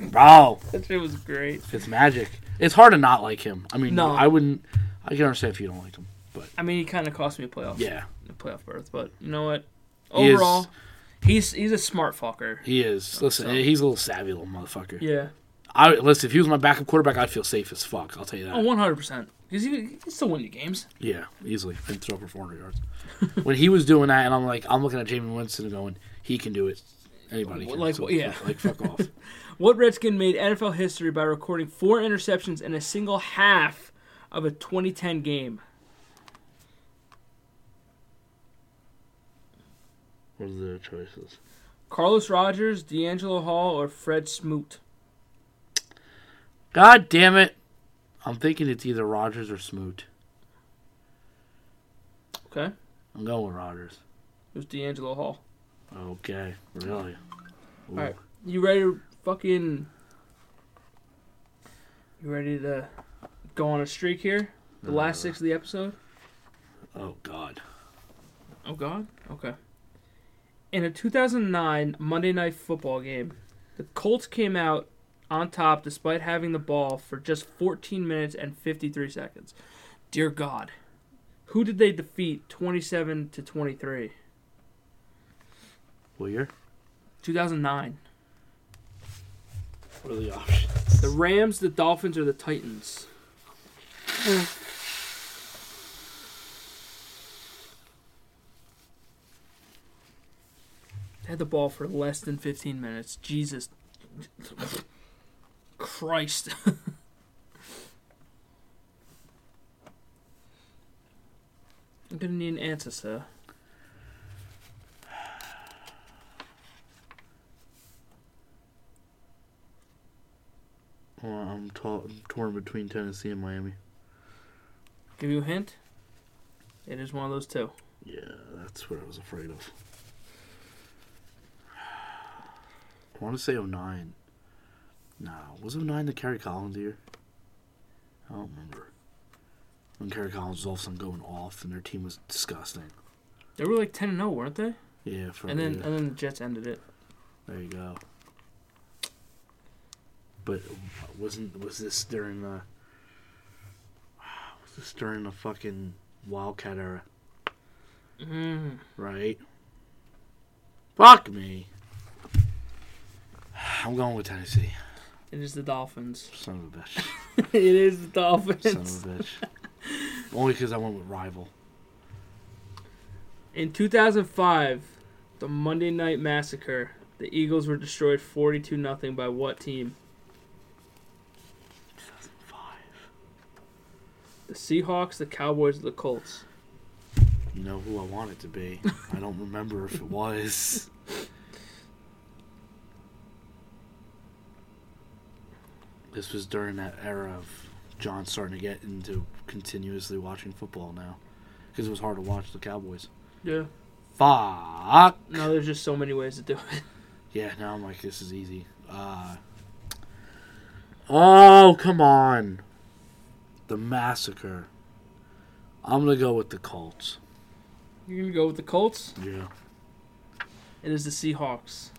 Speaker 1: Bro,
Speaker 2: That shit was great.
Speaker 1: Fitz magic. It's hard to not like him. I mean,
Speaker 2: No.
Speaker 1: I wouldn't. I can understand if you don't like him, but
Speaker 2: I mean, he kind of cost me a playoff,
Speaker 1: yeah,
Speaker 2: a playoff berth, but you know what?
Speaker 1: He is-
Speaker 2: Overall, he's he's a smart fucker.
Speaker 1: he is. Listen,
Speaker 2: so-
Speaker 1: he's a little savvy little motherfucker.
Speaker 2: Yeah.
Speaker 1: I listen. If he was my backup quarterback, I'd feel safe as fuck. I'll tell you that.
Speaker 2: Oh, 100%. Because he, he can still win you games.
Speaker 1: Yeah, easily. And throw for 400 yards. when he was doing that, and I'm like, I'm looking at Jamie Winston and going, he can do it. Anybody can.
Speaker 2: Like,
Speaker 1: So,
Speaker 2: yeah.
Speaker 1: Like, fuck off.
Speaker 2: What Redskin made NFL history by recording four interceptions in a single half of a 2010 game?
Speaker 1: What are the choices?
Speaker 2: Carlos Rogers, D'Angelo Hall, or Fred Smoot?
Speaker 1: God damn it. I'm thinking it's either Rogers or Smoot.
Speaker 2: Okay.
Speaker 1: I'm going with Rogers.
Speaker 2: It was D'Angelo Hall.
Speaker 1: Okay. Really? Ooh.
Speaker 2: Alright. You ready to fucking. You ready to go on a streak here? The last six of the episode?
Speaker 1: Oh, God.
Speaker 2: Oh, God? Okay. In a 2009 Monday Night Football game, the Colts came out on top despite having the ball for just 14 minutes and 53 seconds. Dear God. Who did they defeat 27 to 23?
Speaker 1: What year?
Speaker 2: 2009.
Speaker 1: What are the options?
Speaker 2: The Rams, the Dolphins, or the Titans? Hmm. had the ball for less than 15 minutes. Jesus. Christ. I'm going to need an answer, sir.
Speaker 1: Well, I'm, t- I'm torn between Tennessee and Miami.
Speaker 2: Give you a hint? It is one of those two.
Speaker 1: Yeah, that's what I was afraid of. I want to say 09. Nah, was 09 the Kerry Collins year? I don't remember. When Kerry Collins was all of a sudden going off and their team was disgusting.
Speaker 2: They were like 10 and 0, weren't they?
Speaker 1: Yeah, for
Speaker 2: And then
Speaker 1: yeah,
Speaker 2: and then the Jets ended it.
Speaker 1: there you go. But wasn't was this during the was this during the fucking Wildcat era,
Speaker 2: Mm.
Speaker 1: right? Fuck me. I'm going with Tennessee.
Speaker 2: It is the Dolphins.
Speaker 1: Son of a bitch.
Speaker 2: it is the
Speaker 1: Son
Speaker 2: Dolphins.
Speaker 1: of a bitch. Only because I went with rival.
Speaker 2: In 2005, the Monday Night Massacre, the Eagles were destroyed 42 nothing by what team? The Seahawks, the Cowboys, or the Colts?
Speaker 1: You know who I want it to be. I don't remember if it was. This was during that era of John starting to get into continuously watching football now. Because it was hard to watch the Cowboys.
Speaker 2: Yeah.
Speaker 1: Fuck!
Speaker 2: No, there's just so many ways to do it.
Speaker 1: Yeah, now I'm like, this is easy. Uh, oh, come on. The massacre. I'm going to go with the Colts.
Speaker 2: You're gonna go with the Colts?
Speaker 1: Yeah.
Speaker 2: It is the Seahawks.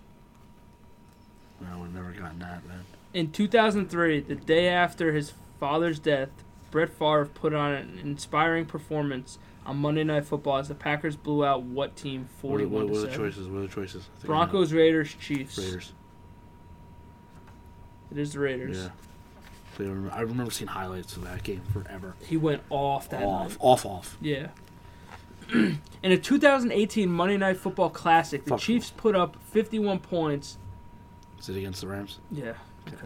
Speaker 1: I would have never gotten that, man.
Speaker 2: In 2003, the day after his father's death, Brett Favre put on an inspiring performance on Monday Night Football as the Packers blew out what team
Speaker 1: What are,
Speaker 2: 41
Speaker 1: what are the
Speaker 2: to 7?
Speaker 1: choices? What are the choices? I think I know.
Speaker 2: Broncos, Raiders, Chiefs.
Speaker 1: Raiders.
Speaker 2: It is the Raiders.
Speaker 1: Yeah. They were- I remember seeing highlights of that game forever.
Speaker 2: He went off that
Speaker 1: off,
Speaker 2: night.
Speaker 1: off, off.
Speaker 2: Yeah. In a 2018 Monday Night Football Classic, the
Speaker 1: Fuck.
Speaker 2: Chiefs put up 51 points.
Speaker 1: Is it against the Rams?
Speaker 2: Yeah. Okay.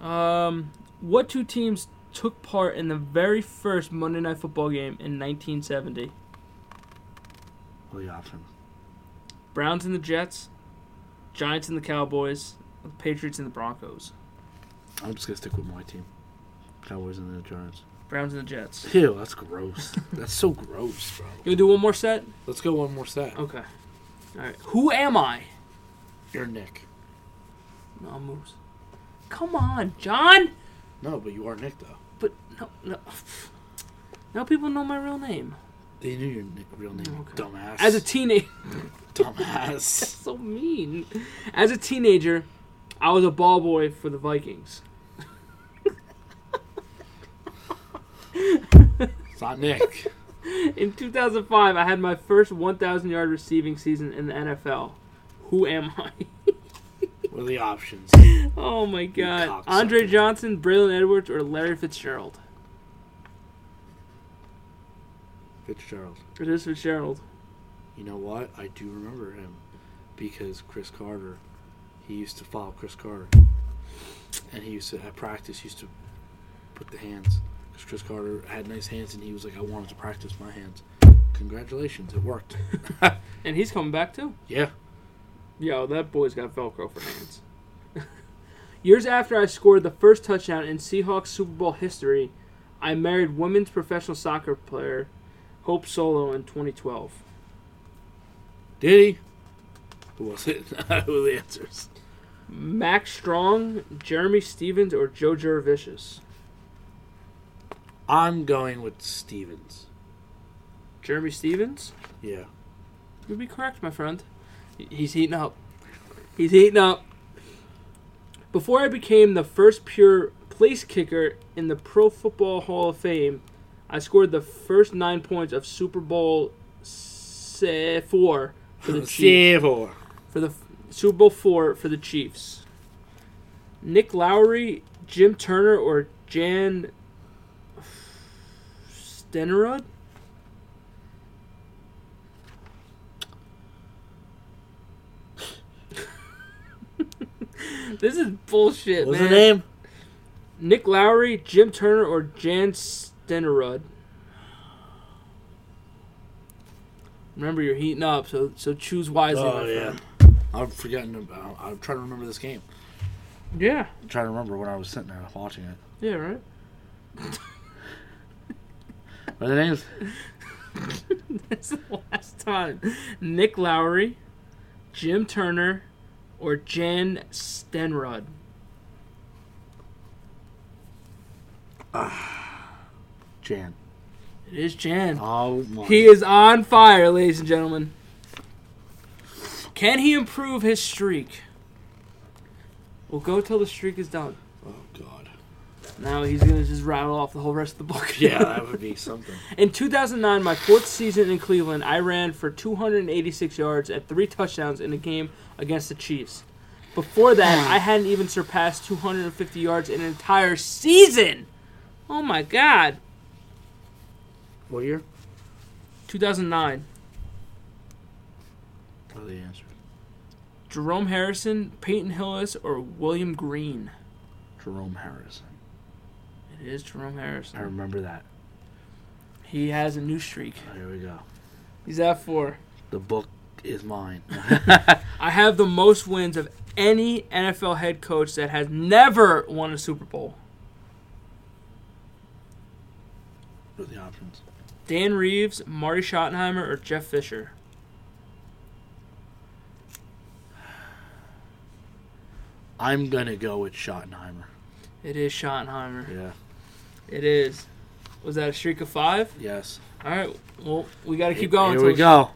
Speaker 2: Um, what two teams took part in the very first Monday Night Football game in 1970?
Speaker 1: What are the options?
Speaker 2: Browns and the Jets, Giants and the Cowboys, the Patriots and the Broncos.
Speaker 1: I'm just going to stick with my team. Cowboys and the Giants.
Speaker 2: Browns and the Jets.
Speaker 1: Ew, that's gross. that's so gross, bro.
Speaker 2: You gonna do one more set?
Speaker 1: Let's go one more set.
Speaker 2: Okay. All right. Who am I?
Speaker 1: You're Nick.
Speaker 2: No moves. Come on, John.
Speaker 1: No, but you are Nick, though.
Speaker 2: But no, no. Now people know my real name.
Speaker 1: They knew your ni- real name, you
Speaker 2: Okay.
Speaker 1: dumbass.
Speaker 2: As a teenager,
Speaker 1: dumbass.
Speaker 2: so mean. As a teenager, I was a ball boy for the Vikings.
Speaker 1: it's not Nick.
Speaker 2: In 2005, I had my first 1,000 yard receiving season in the NFL. Who am I?
Speaker 1: What are the options?
Speaker 2: Oh my God!
Speaker 1: cocksucker.
Speaker 2: Andre Johnson, Braylon Edwards, or Larry Fitzgerald?
Speaker 1: Fitzgerald.
Speaker 2: It is Fitzgerald.
Speaker 1: You know what? I do remember him because Chris Carter. He used to follow Chris Carter, and he used to at practice used to put the hands because Chris Carter had nice hands, and he was like, "I wanted to practice my hands." Congratulations, it worked.
Speaker 2: And he's coming back too.
Speaker 1: yeah.
Speaker 2: Yo, that boy's got Velcro for hands. Years after I scored the first touchdown in Seahawks Super Bowl history, I married women's professional soccer player Hope Solo in 2012.
Speaker 1: Did he? Who was it? Who are the answers?
Speaker 2: Max Strong, Jeremy Stevens, or Joe Juravicious?
Speaker 1: I'm going with Stevens.
Speaker 2: Jeremy Stevens?
Speaker 1: Yeah.
Speaker 2: You'll be correct, my friend. He- He's heating up. He's heating up. Before I became the first pure place kicker in the Pro Football Hall of Fame, I scored the first nine points of Super Bowl se- four for the Chiefs.
Speaker 1: Shavor.
Speaker 2: For the f- Super Bowl four for the Chiefs. Nick Lowry, Jim Turner, or Jan Stenerud? This is bullshit,
Speaker 1: What's
Speaker 2: man.
Speaker 1: the name?
Speaker 2: Nick Lowry, Jim Turner, or Jan Stenerud. Remember, you're heating up, so so choose wisely.
Speaker 1: Oh
Speaker 2: my
Speaker 1: yeah.
Speaker 2: friend.
Speaker 1: I'm forgetting. About, I'm trying to remember this game.
Speaker 2: yeah,
Speaker 1: I'm trying to remember when I was sitting there watching it.
Speaker 2: yeah, right.
Speaker 1: What are the names?
Speaker 2: That's the last time. Nick Lowry, Jim Turner, or Jan Stenrod.
Speaker 1: Jan.
Speaker 2: It is Jan.
Speaker 1: Oh my.
Speaker 2: He is on fire, ladies and gentlemen. Can he improve his streak? We'll go till the streak is done.
Speaker 1: oh god.
Speaker 2: Now he's gonna just rattle off the whole rest of the book.
Speaker 1: Yeah, that would be something.
Speaker 2: In 2009, my fourth season in Cleveland, I ran for 286 yards and three touchdowns in a game against the Chiefs. Before that, I hadn't even surpassed 250 yards in an entire season. Oh my God.
Speaker 1: What year?
Speaker 2: 2009.
Speaker 1: Oh, the answer.
Speaker 2: Jerome Harrison, Peyton Hillis, or William Green?
Speaker 1: Jerome Harrison.
Speaker 2: It is Jerome
Speaker 1: I
Speaker 2: Harrison.
Speaker 1: remember that.
Speaker 2: He has a new streak.
Speaker 1: Here we go.
Speaker 2: He's at four.
Speaker 1: The book is mine.
Speaker 2: I have the most wins of any NFL head coach that has never won a Super Bowl.
Speaker 1: With the options.
Speaker 2: Dan Reeves, Marty Schottenheimer, or Jeff Fisher?
Speaker 1: I'm gonna go with Schottenheimer.
Speaker 2: It is Schottenheimer.
Speaker 1: Yeah.
Speaker 2: It is. Was that a streak of five?
Speaker 1: Yes.
Speaker 2: All right. Well, we got to keep going.
Speaker 1: Here we
Speaker 2: till-
Speaker 1: go.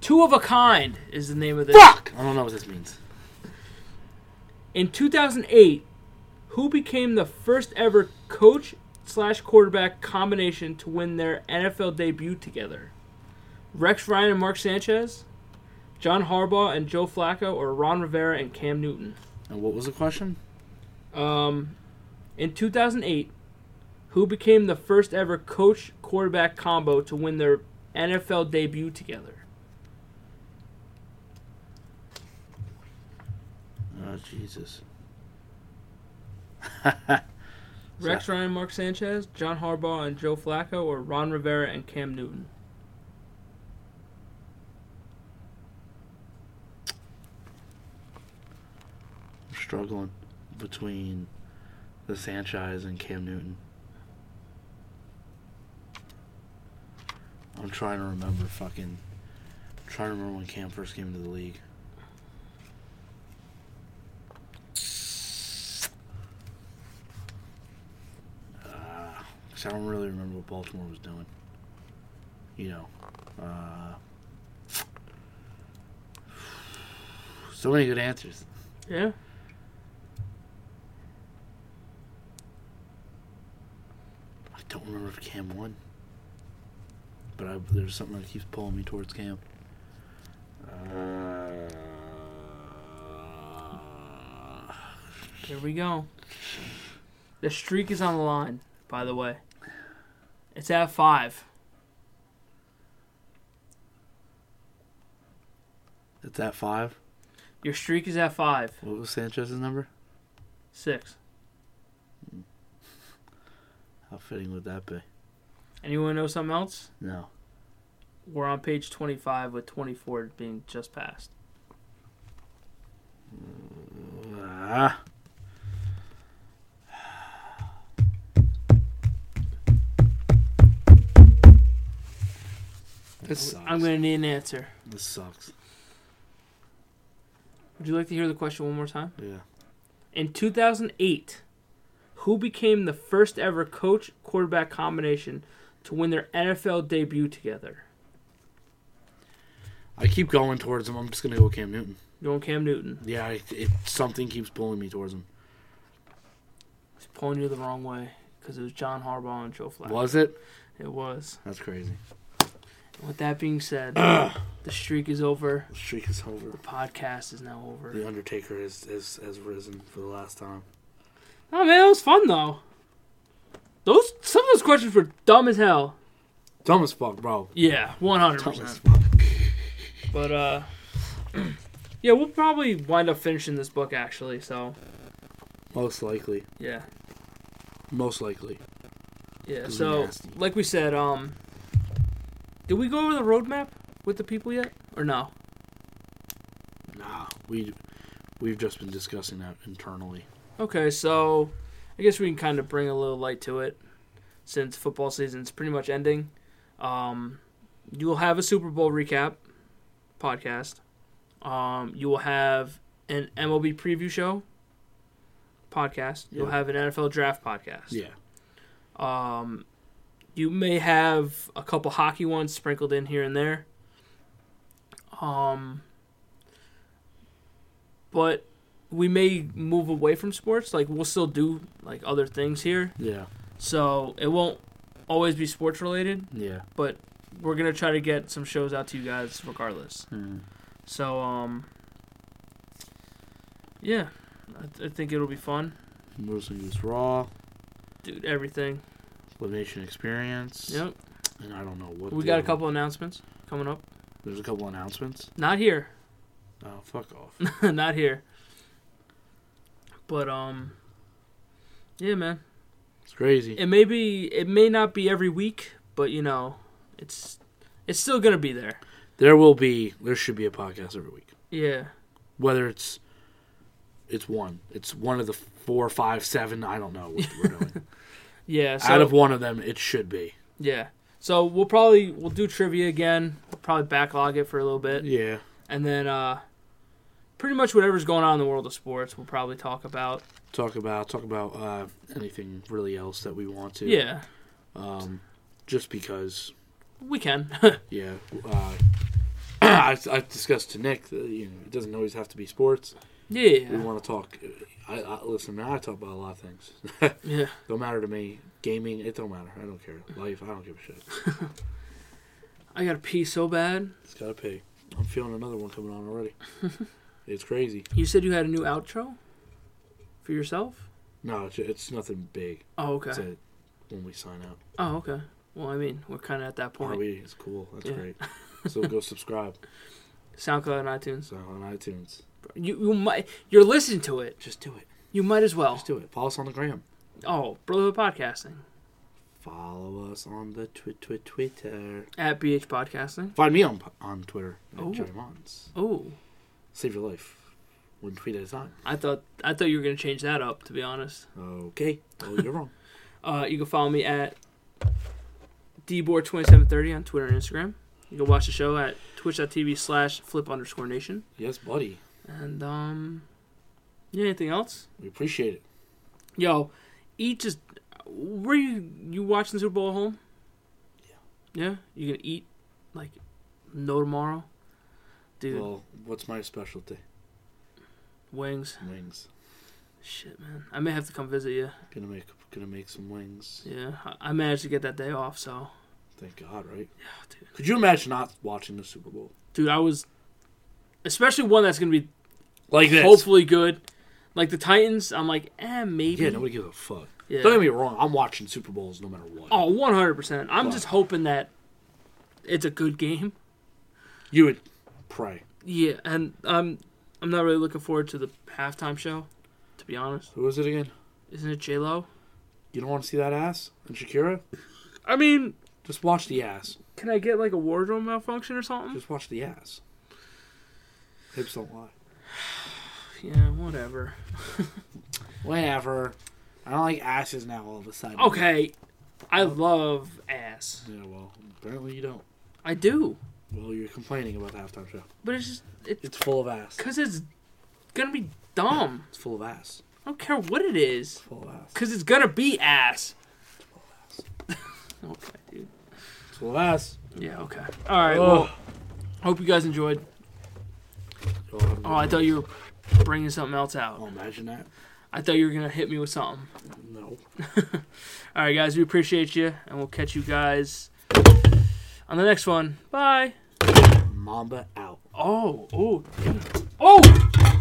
Speaker 2: Two of a kind is the name of this.
Speaker 1: Fuck. I don't know what this means.
Speaker 2: In 2008, who became the first ever coach slash quarterback combination to win their NFL debut together? Rex Ryan and Mark Sanchez, John Harbaugh and Joe Flacco, or Ron Rivera and Cam Newton?
Speaker 1: And what was the question?
Speaker 2: Um, in 2008, who became the first ever coach quarterback combo to win their NFL debut together?
Speaker 1: Oh Jesus.
Speaker 2: Rex Ryan, Mark Sanchez, John Harbaugh, and Joe Flacco, or Ron Rivera and Cam Newton?
Speaker 1: I'm struggling between the Sanchez and Cam Newton. I'm trying to remember fucking I'm trying to remember when Cam first came into the league. Uh, 'cause I don't really remember what Baltimore was doing. You know, uh, so many good answers.
Speaker 2: Yeah.
Speaker 1: I don't remember if Cam won, but I, there's something that keeps pulling me towards Cam.
Speaker 2: Here we go. The streak is on the line, by the way. It's at five.
Speaker 1: At that five,
Speaker 2: Your streak is at five.
Speaker 1: what was Sanchez's number?
Speaker 2: Six.
Speaker 1: How fitting would that be?
Speaker 2: Anyone know something else?
Speaker 1: No.
Speaker 2: We're on page 25 with 24 being just passed.
Speaker 1: Ah. This sucks.
Speaker 2: I'm going to need an answer.
Speaker 1: This sucks.
Speaker 2: Would you like to hear the question one more time?
Speaker 1: Yeah.
Speaker 2: In 2008, who became the first ever coach quarterback combination to win their NFL debut together?
Speaker 1: I keep going towards him. I'm just gonna go with Cam Newton.
Speaker 2: You want Cam Newton?
Speaker 1: Yeah, it, it something keeps pulling me towards him.
Speaker 2: He's pulling you the wrong way because it was John Harbaugh and Joe Flacco.
Speaker 1: Was it?
Speaker 2: It was.
Speaker 1: That's crazy.
Speaker 2: With that being said, the streak is over.
Speaker 1: The streak is over.
Speaker 2: The podcast is now over.
Speaker 1: The Undertaker has, has, has risen for the last time.
Speaker 2: Oh man, that was fun though. Those some of those questions were dumb as hell.
Speaker 1: Dumb as fuck, bro.
Speaker 2: Yeah, one hundred
Speaker 1: Dumb as
Speaker 2: percent.
Speaker 1: fuck.
Speaker 2: But uh, yeah, we'll probably wind up finishing this book actually. So
Speaker 1: Most likely.
Speaker 2: Yeah.
Speaker 1: Most likely.
Speaker 2: Yeah.
Speaker 1: Ooh,
Speaker 2: So,
Speaker 1: nasty.
Speaker 2: like we said, um, did we go over the roadmap with the people yet, or no?
Speaker 1: Nah, we we've just been discussing that internally.
Speaker 2: Okay, so I guess we can kind of bring a little light to it since football season's pretty much ending. Um, you will have a Super Bowl recap podcast. Um, you will have an MLB preview show podcast. You'll
Speaker 1: Yeah.
Speaker 2: have an NFL draft podcast.
Speaker 1: Yeah.
Speaker 2: Um, you may have a couple hockey ones sprinkled in here and there. Um, but we may move away from sports. Like we'll still do like other things here,
Speaker 1: Yeah.
Speaker 2: so it won't always be sports related.
Speaker 1: Yeah.
Speaker 2: But we're gonna try to get some shows out to you guys regardless.
Speaker 1: Mm.
Speaker 2: So um, yeah, I, th- I think it'll be fun.
Speaker 1: Mostly just raw
Speaker 2: Dude, everything.
Speaker 1: elimination experience.
Speaker 2: Yep.
Speaker 1: And I don't know what.
Speaker 2: We
Speaker 1: the
Speaker 2: got a
Speaker 1: other-
Speaker 2: couple announcements coming up.
Speaker 1: There's a couple announcements.
Speaker 2: Not here.
Speaker 1: Oh fuck off.
Speaker 2: not here. But um yeah, man.
Speaker 1: It's crazy.
Speaker 2: It may be it may not be every week, but you know, it's it's still going to be there.
Speaker 1: There will be. There should be a podcast every week.
Speaker 2: Yeah.
Speaker 1: Whether it's it's one. It's one of the four, five, seven. I don't know what we're doing.
Speaker 2: Yeah, so
Speaker 1: Out of one of them, it should be.
Speaker 2: yeah. So we'll probably we'll do trivia again. We'll probably backlog it for a little bit.
Speaker 1: Yeah.
Speaker 2: And then uh pretty much whatever's going on in the world of sports, we'll probably talk about.
Speaker 1: Talk about talk about uh, anything really else that we want to.
Speaker 2: Yeah.
Speaker 1: Um, just because
Speaker 2: We can.
Speaker 1: Yeah, uh, I, I discussed to Nick that you know it doesn't always have to be sports. We
Speaker 2: yeah.
Speaker 1: want to talk. I, I listen. I talk about a lot of things.
Speaker 2: Yeah.
Speaker 1: don't matter to me. Gaming, it don't matter. I don't care. Life, I don't give a shit.
Speaker 2: I got to pee so bad.
Speaker 1: It's gotta pay. I'm feeling another one coming on already. it's crazy.
Speaker 2: You said you had a new outro for yourself?
Speaker 1: No, it's, it's nothing big.
Speaker 2: Oh, okay.
Speaker 1: It's a, when we sign out.
Speaker 2: Oh, okay. Well, I mean, we're kind of at that
Speaker 1: Are
Speaker 2: point.
Speaker 1: we? It's cool. That's
Speaker 2: Yeah.
Speaker 1: great. So go subscribe.
Speaker 2: SoundCloud and iTunes.
Speaker 1: So on iTunes,
Speaker 2: You, you might you're listening to it.
Speaker 1: just do it.
Speaker 2: You might as well.
Speaker 1: Just do it. Follow us on the gram.
Speaker 2: Oh, Brotherhood Podcasting
Speaker 1: Follow us on the twi- twi- Twitter.
Speaker 2: at BH Podcasting.
Speaker 1: Find me on on Twitter
Speaker 2: Oh.
Speaker 1: at Jerry Mons.
Speaker 2: Oh, Ooh,
Speaker 1: Save your life one tweet at a time.
Speaker 2: I thought I thought you were gonna change that up. To be honest,
Speaker 1: Okay. Oh, you're wrong.
Speaker 2: uh, you can follow me at dboard2730 on Twitter and Instagram. You can watch the show at twitch.tv slash flip underscore nation.
Speaker 1: Yes, buddy.
Speaker 2: And um, yeah, anything else?
Speaker 1: We appreciate it.
Speaker 2: Yo, eat just. Were you you watching the Super Bowl at home? Yeah. Yeah, you gonna eat like no tomorrow, dude.
Speaker 1: Well, what's my specialty?
Speaker 2: wings,
Speaker 1: Wings.
Speaker 2: shit, man. I may have to come visit you.
Speaker 1: Gonna make gonna make some wings.
Speaker 2: Yeah, I, I managed to get that day off, so.
Speaker 1: Thank God, right?
Speaker 2: Yeah, dude.
Speaker 1: Could you imagine not watching the Super Bowl
Speaker 2: Dude, I was, especially one that's gonna be
Speaker 1: like this?
Speaker 2: hopefully good. Like the Titans, I'm like, eh, maybe.
Speaker 1: Yeah, nobody gives a fuck.
Speaker 2: Yeah.
Speaker 1: Don't get me wrong. I'm watching Super Bowls no matter what.
Speaker 2: Oh, 100%. I'm
Speaker 1: Fuck.
Speaker 2: just hoping that it's a good game.
Speaker 1: You would pray.
Speaker 2: Yeah, and I'm I'm not really looking forward to the halftime show, to be honest.
Speaker 1: Who is it again?
Speaker 2: Isn't it J Lo?
Speaker 1: You don't want to see that ass and Shakira?
Speaker 2: I mean,
Speaker 1: Just watch the ass.
Speaker 2: can I get like a wardrobe malfunction or something?
Speaker 1: Just watch the ass. Hips don't lie.
Speaker 2: Yeah, whatever.
Speaker 1: Whatever. I don't like asses now all of a sudden.
Speaker 2: Okay, I love ass.
Speaker 1: Yeah, well, apparently you don't.
Speaker 2: I do,
Speaker 1: Well, you're complaining about the halftime show.
Speaker 2: but it's just it's
Speaker 1: It's full of ass.
Speaker 2: because it's gonna be dumb.
Speaker 1: It's full of ass.
Speaker 2: I don't care what it is,
Speaker 1: Full of ass.
Speaker 2: because it's gonna be ass. okay, dude.
Speaker 1: It's full of ass.
Speaker 2: Yeah, okay. All right. Well, hope you guys enjoyed. Oh, I thought you were bringing something else out.
Speaker 1: Oh, imagine that.
Speaker 2: I thought you were gonna hit me with something.
Speaker 1: No.
Speaker 2: All right, guys, we appreciate you, and we'll catch you guys on the next one. Bye.
Speaker 1: Mamba out.
Speaker 2: Oh, oh, oh.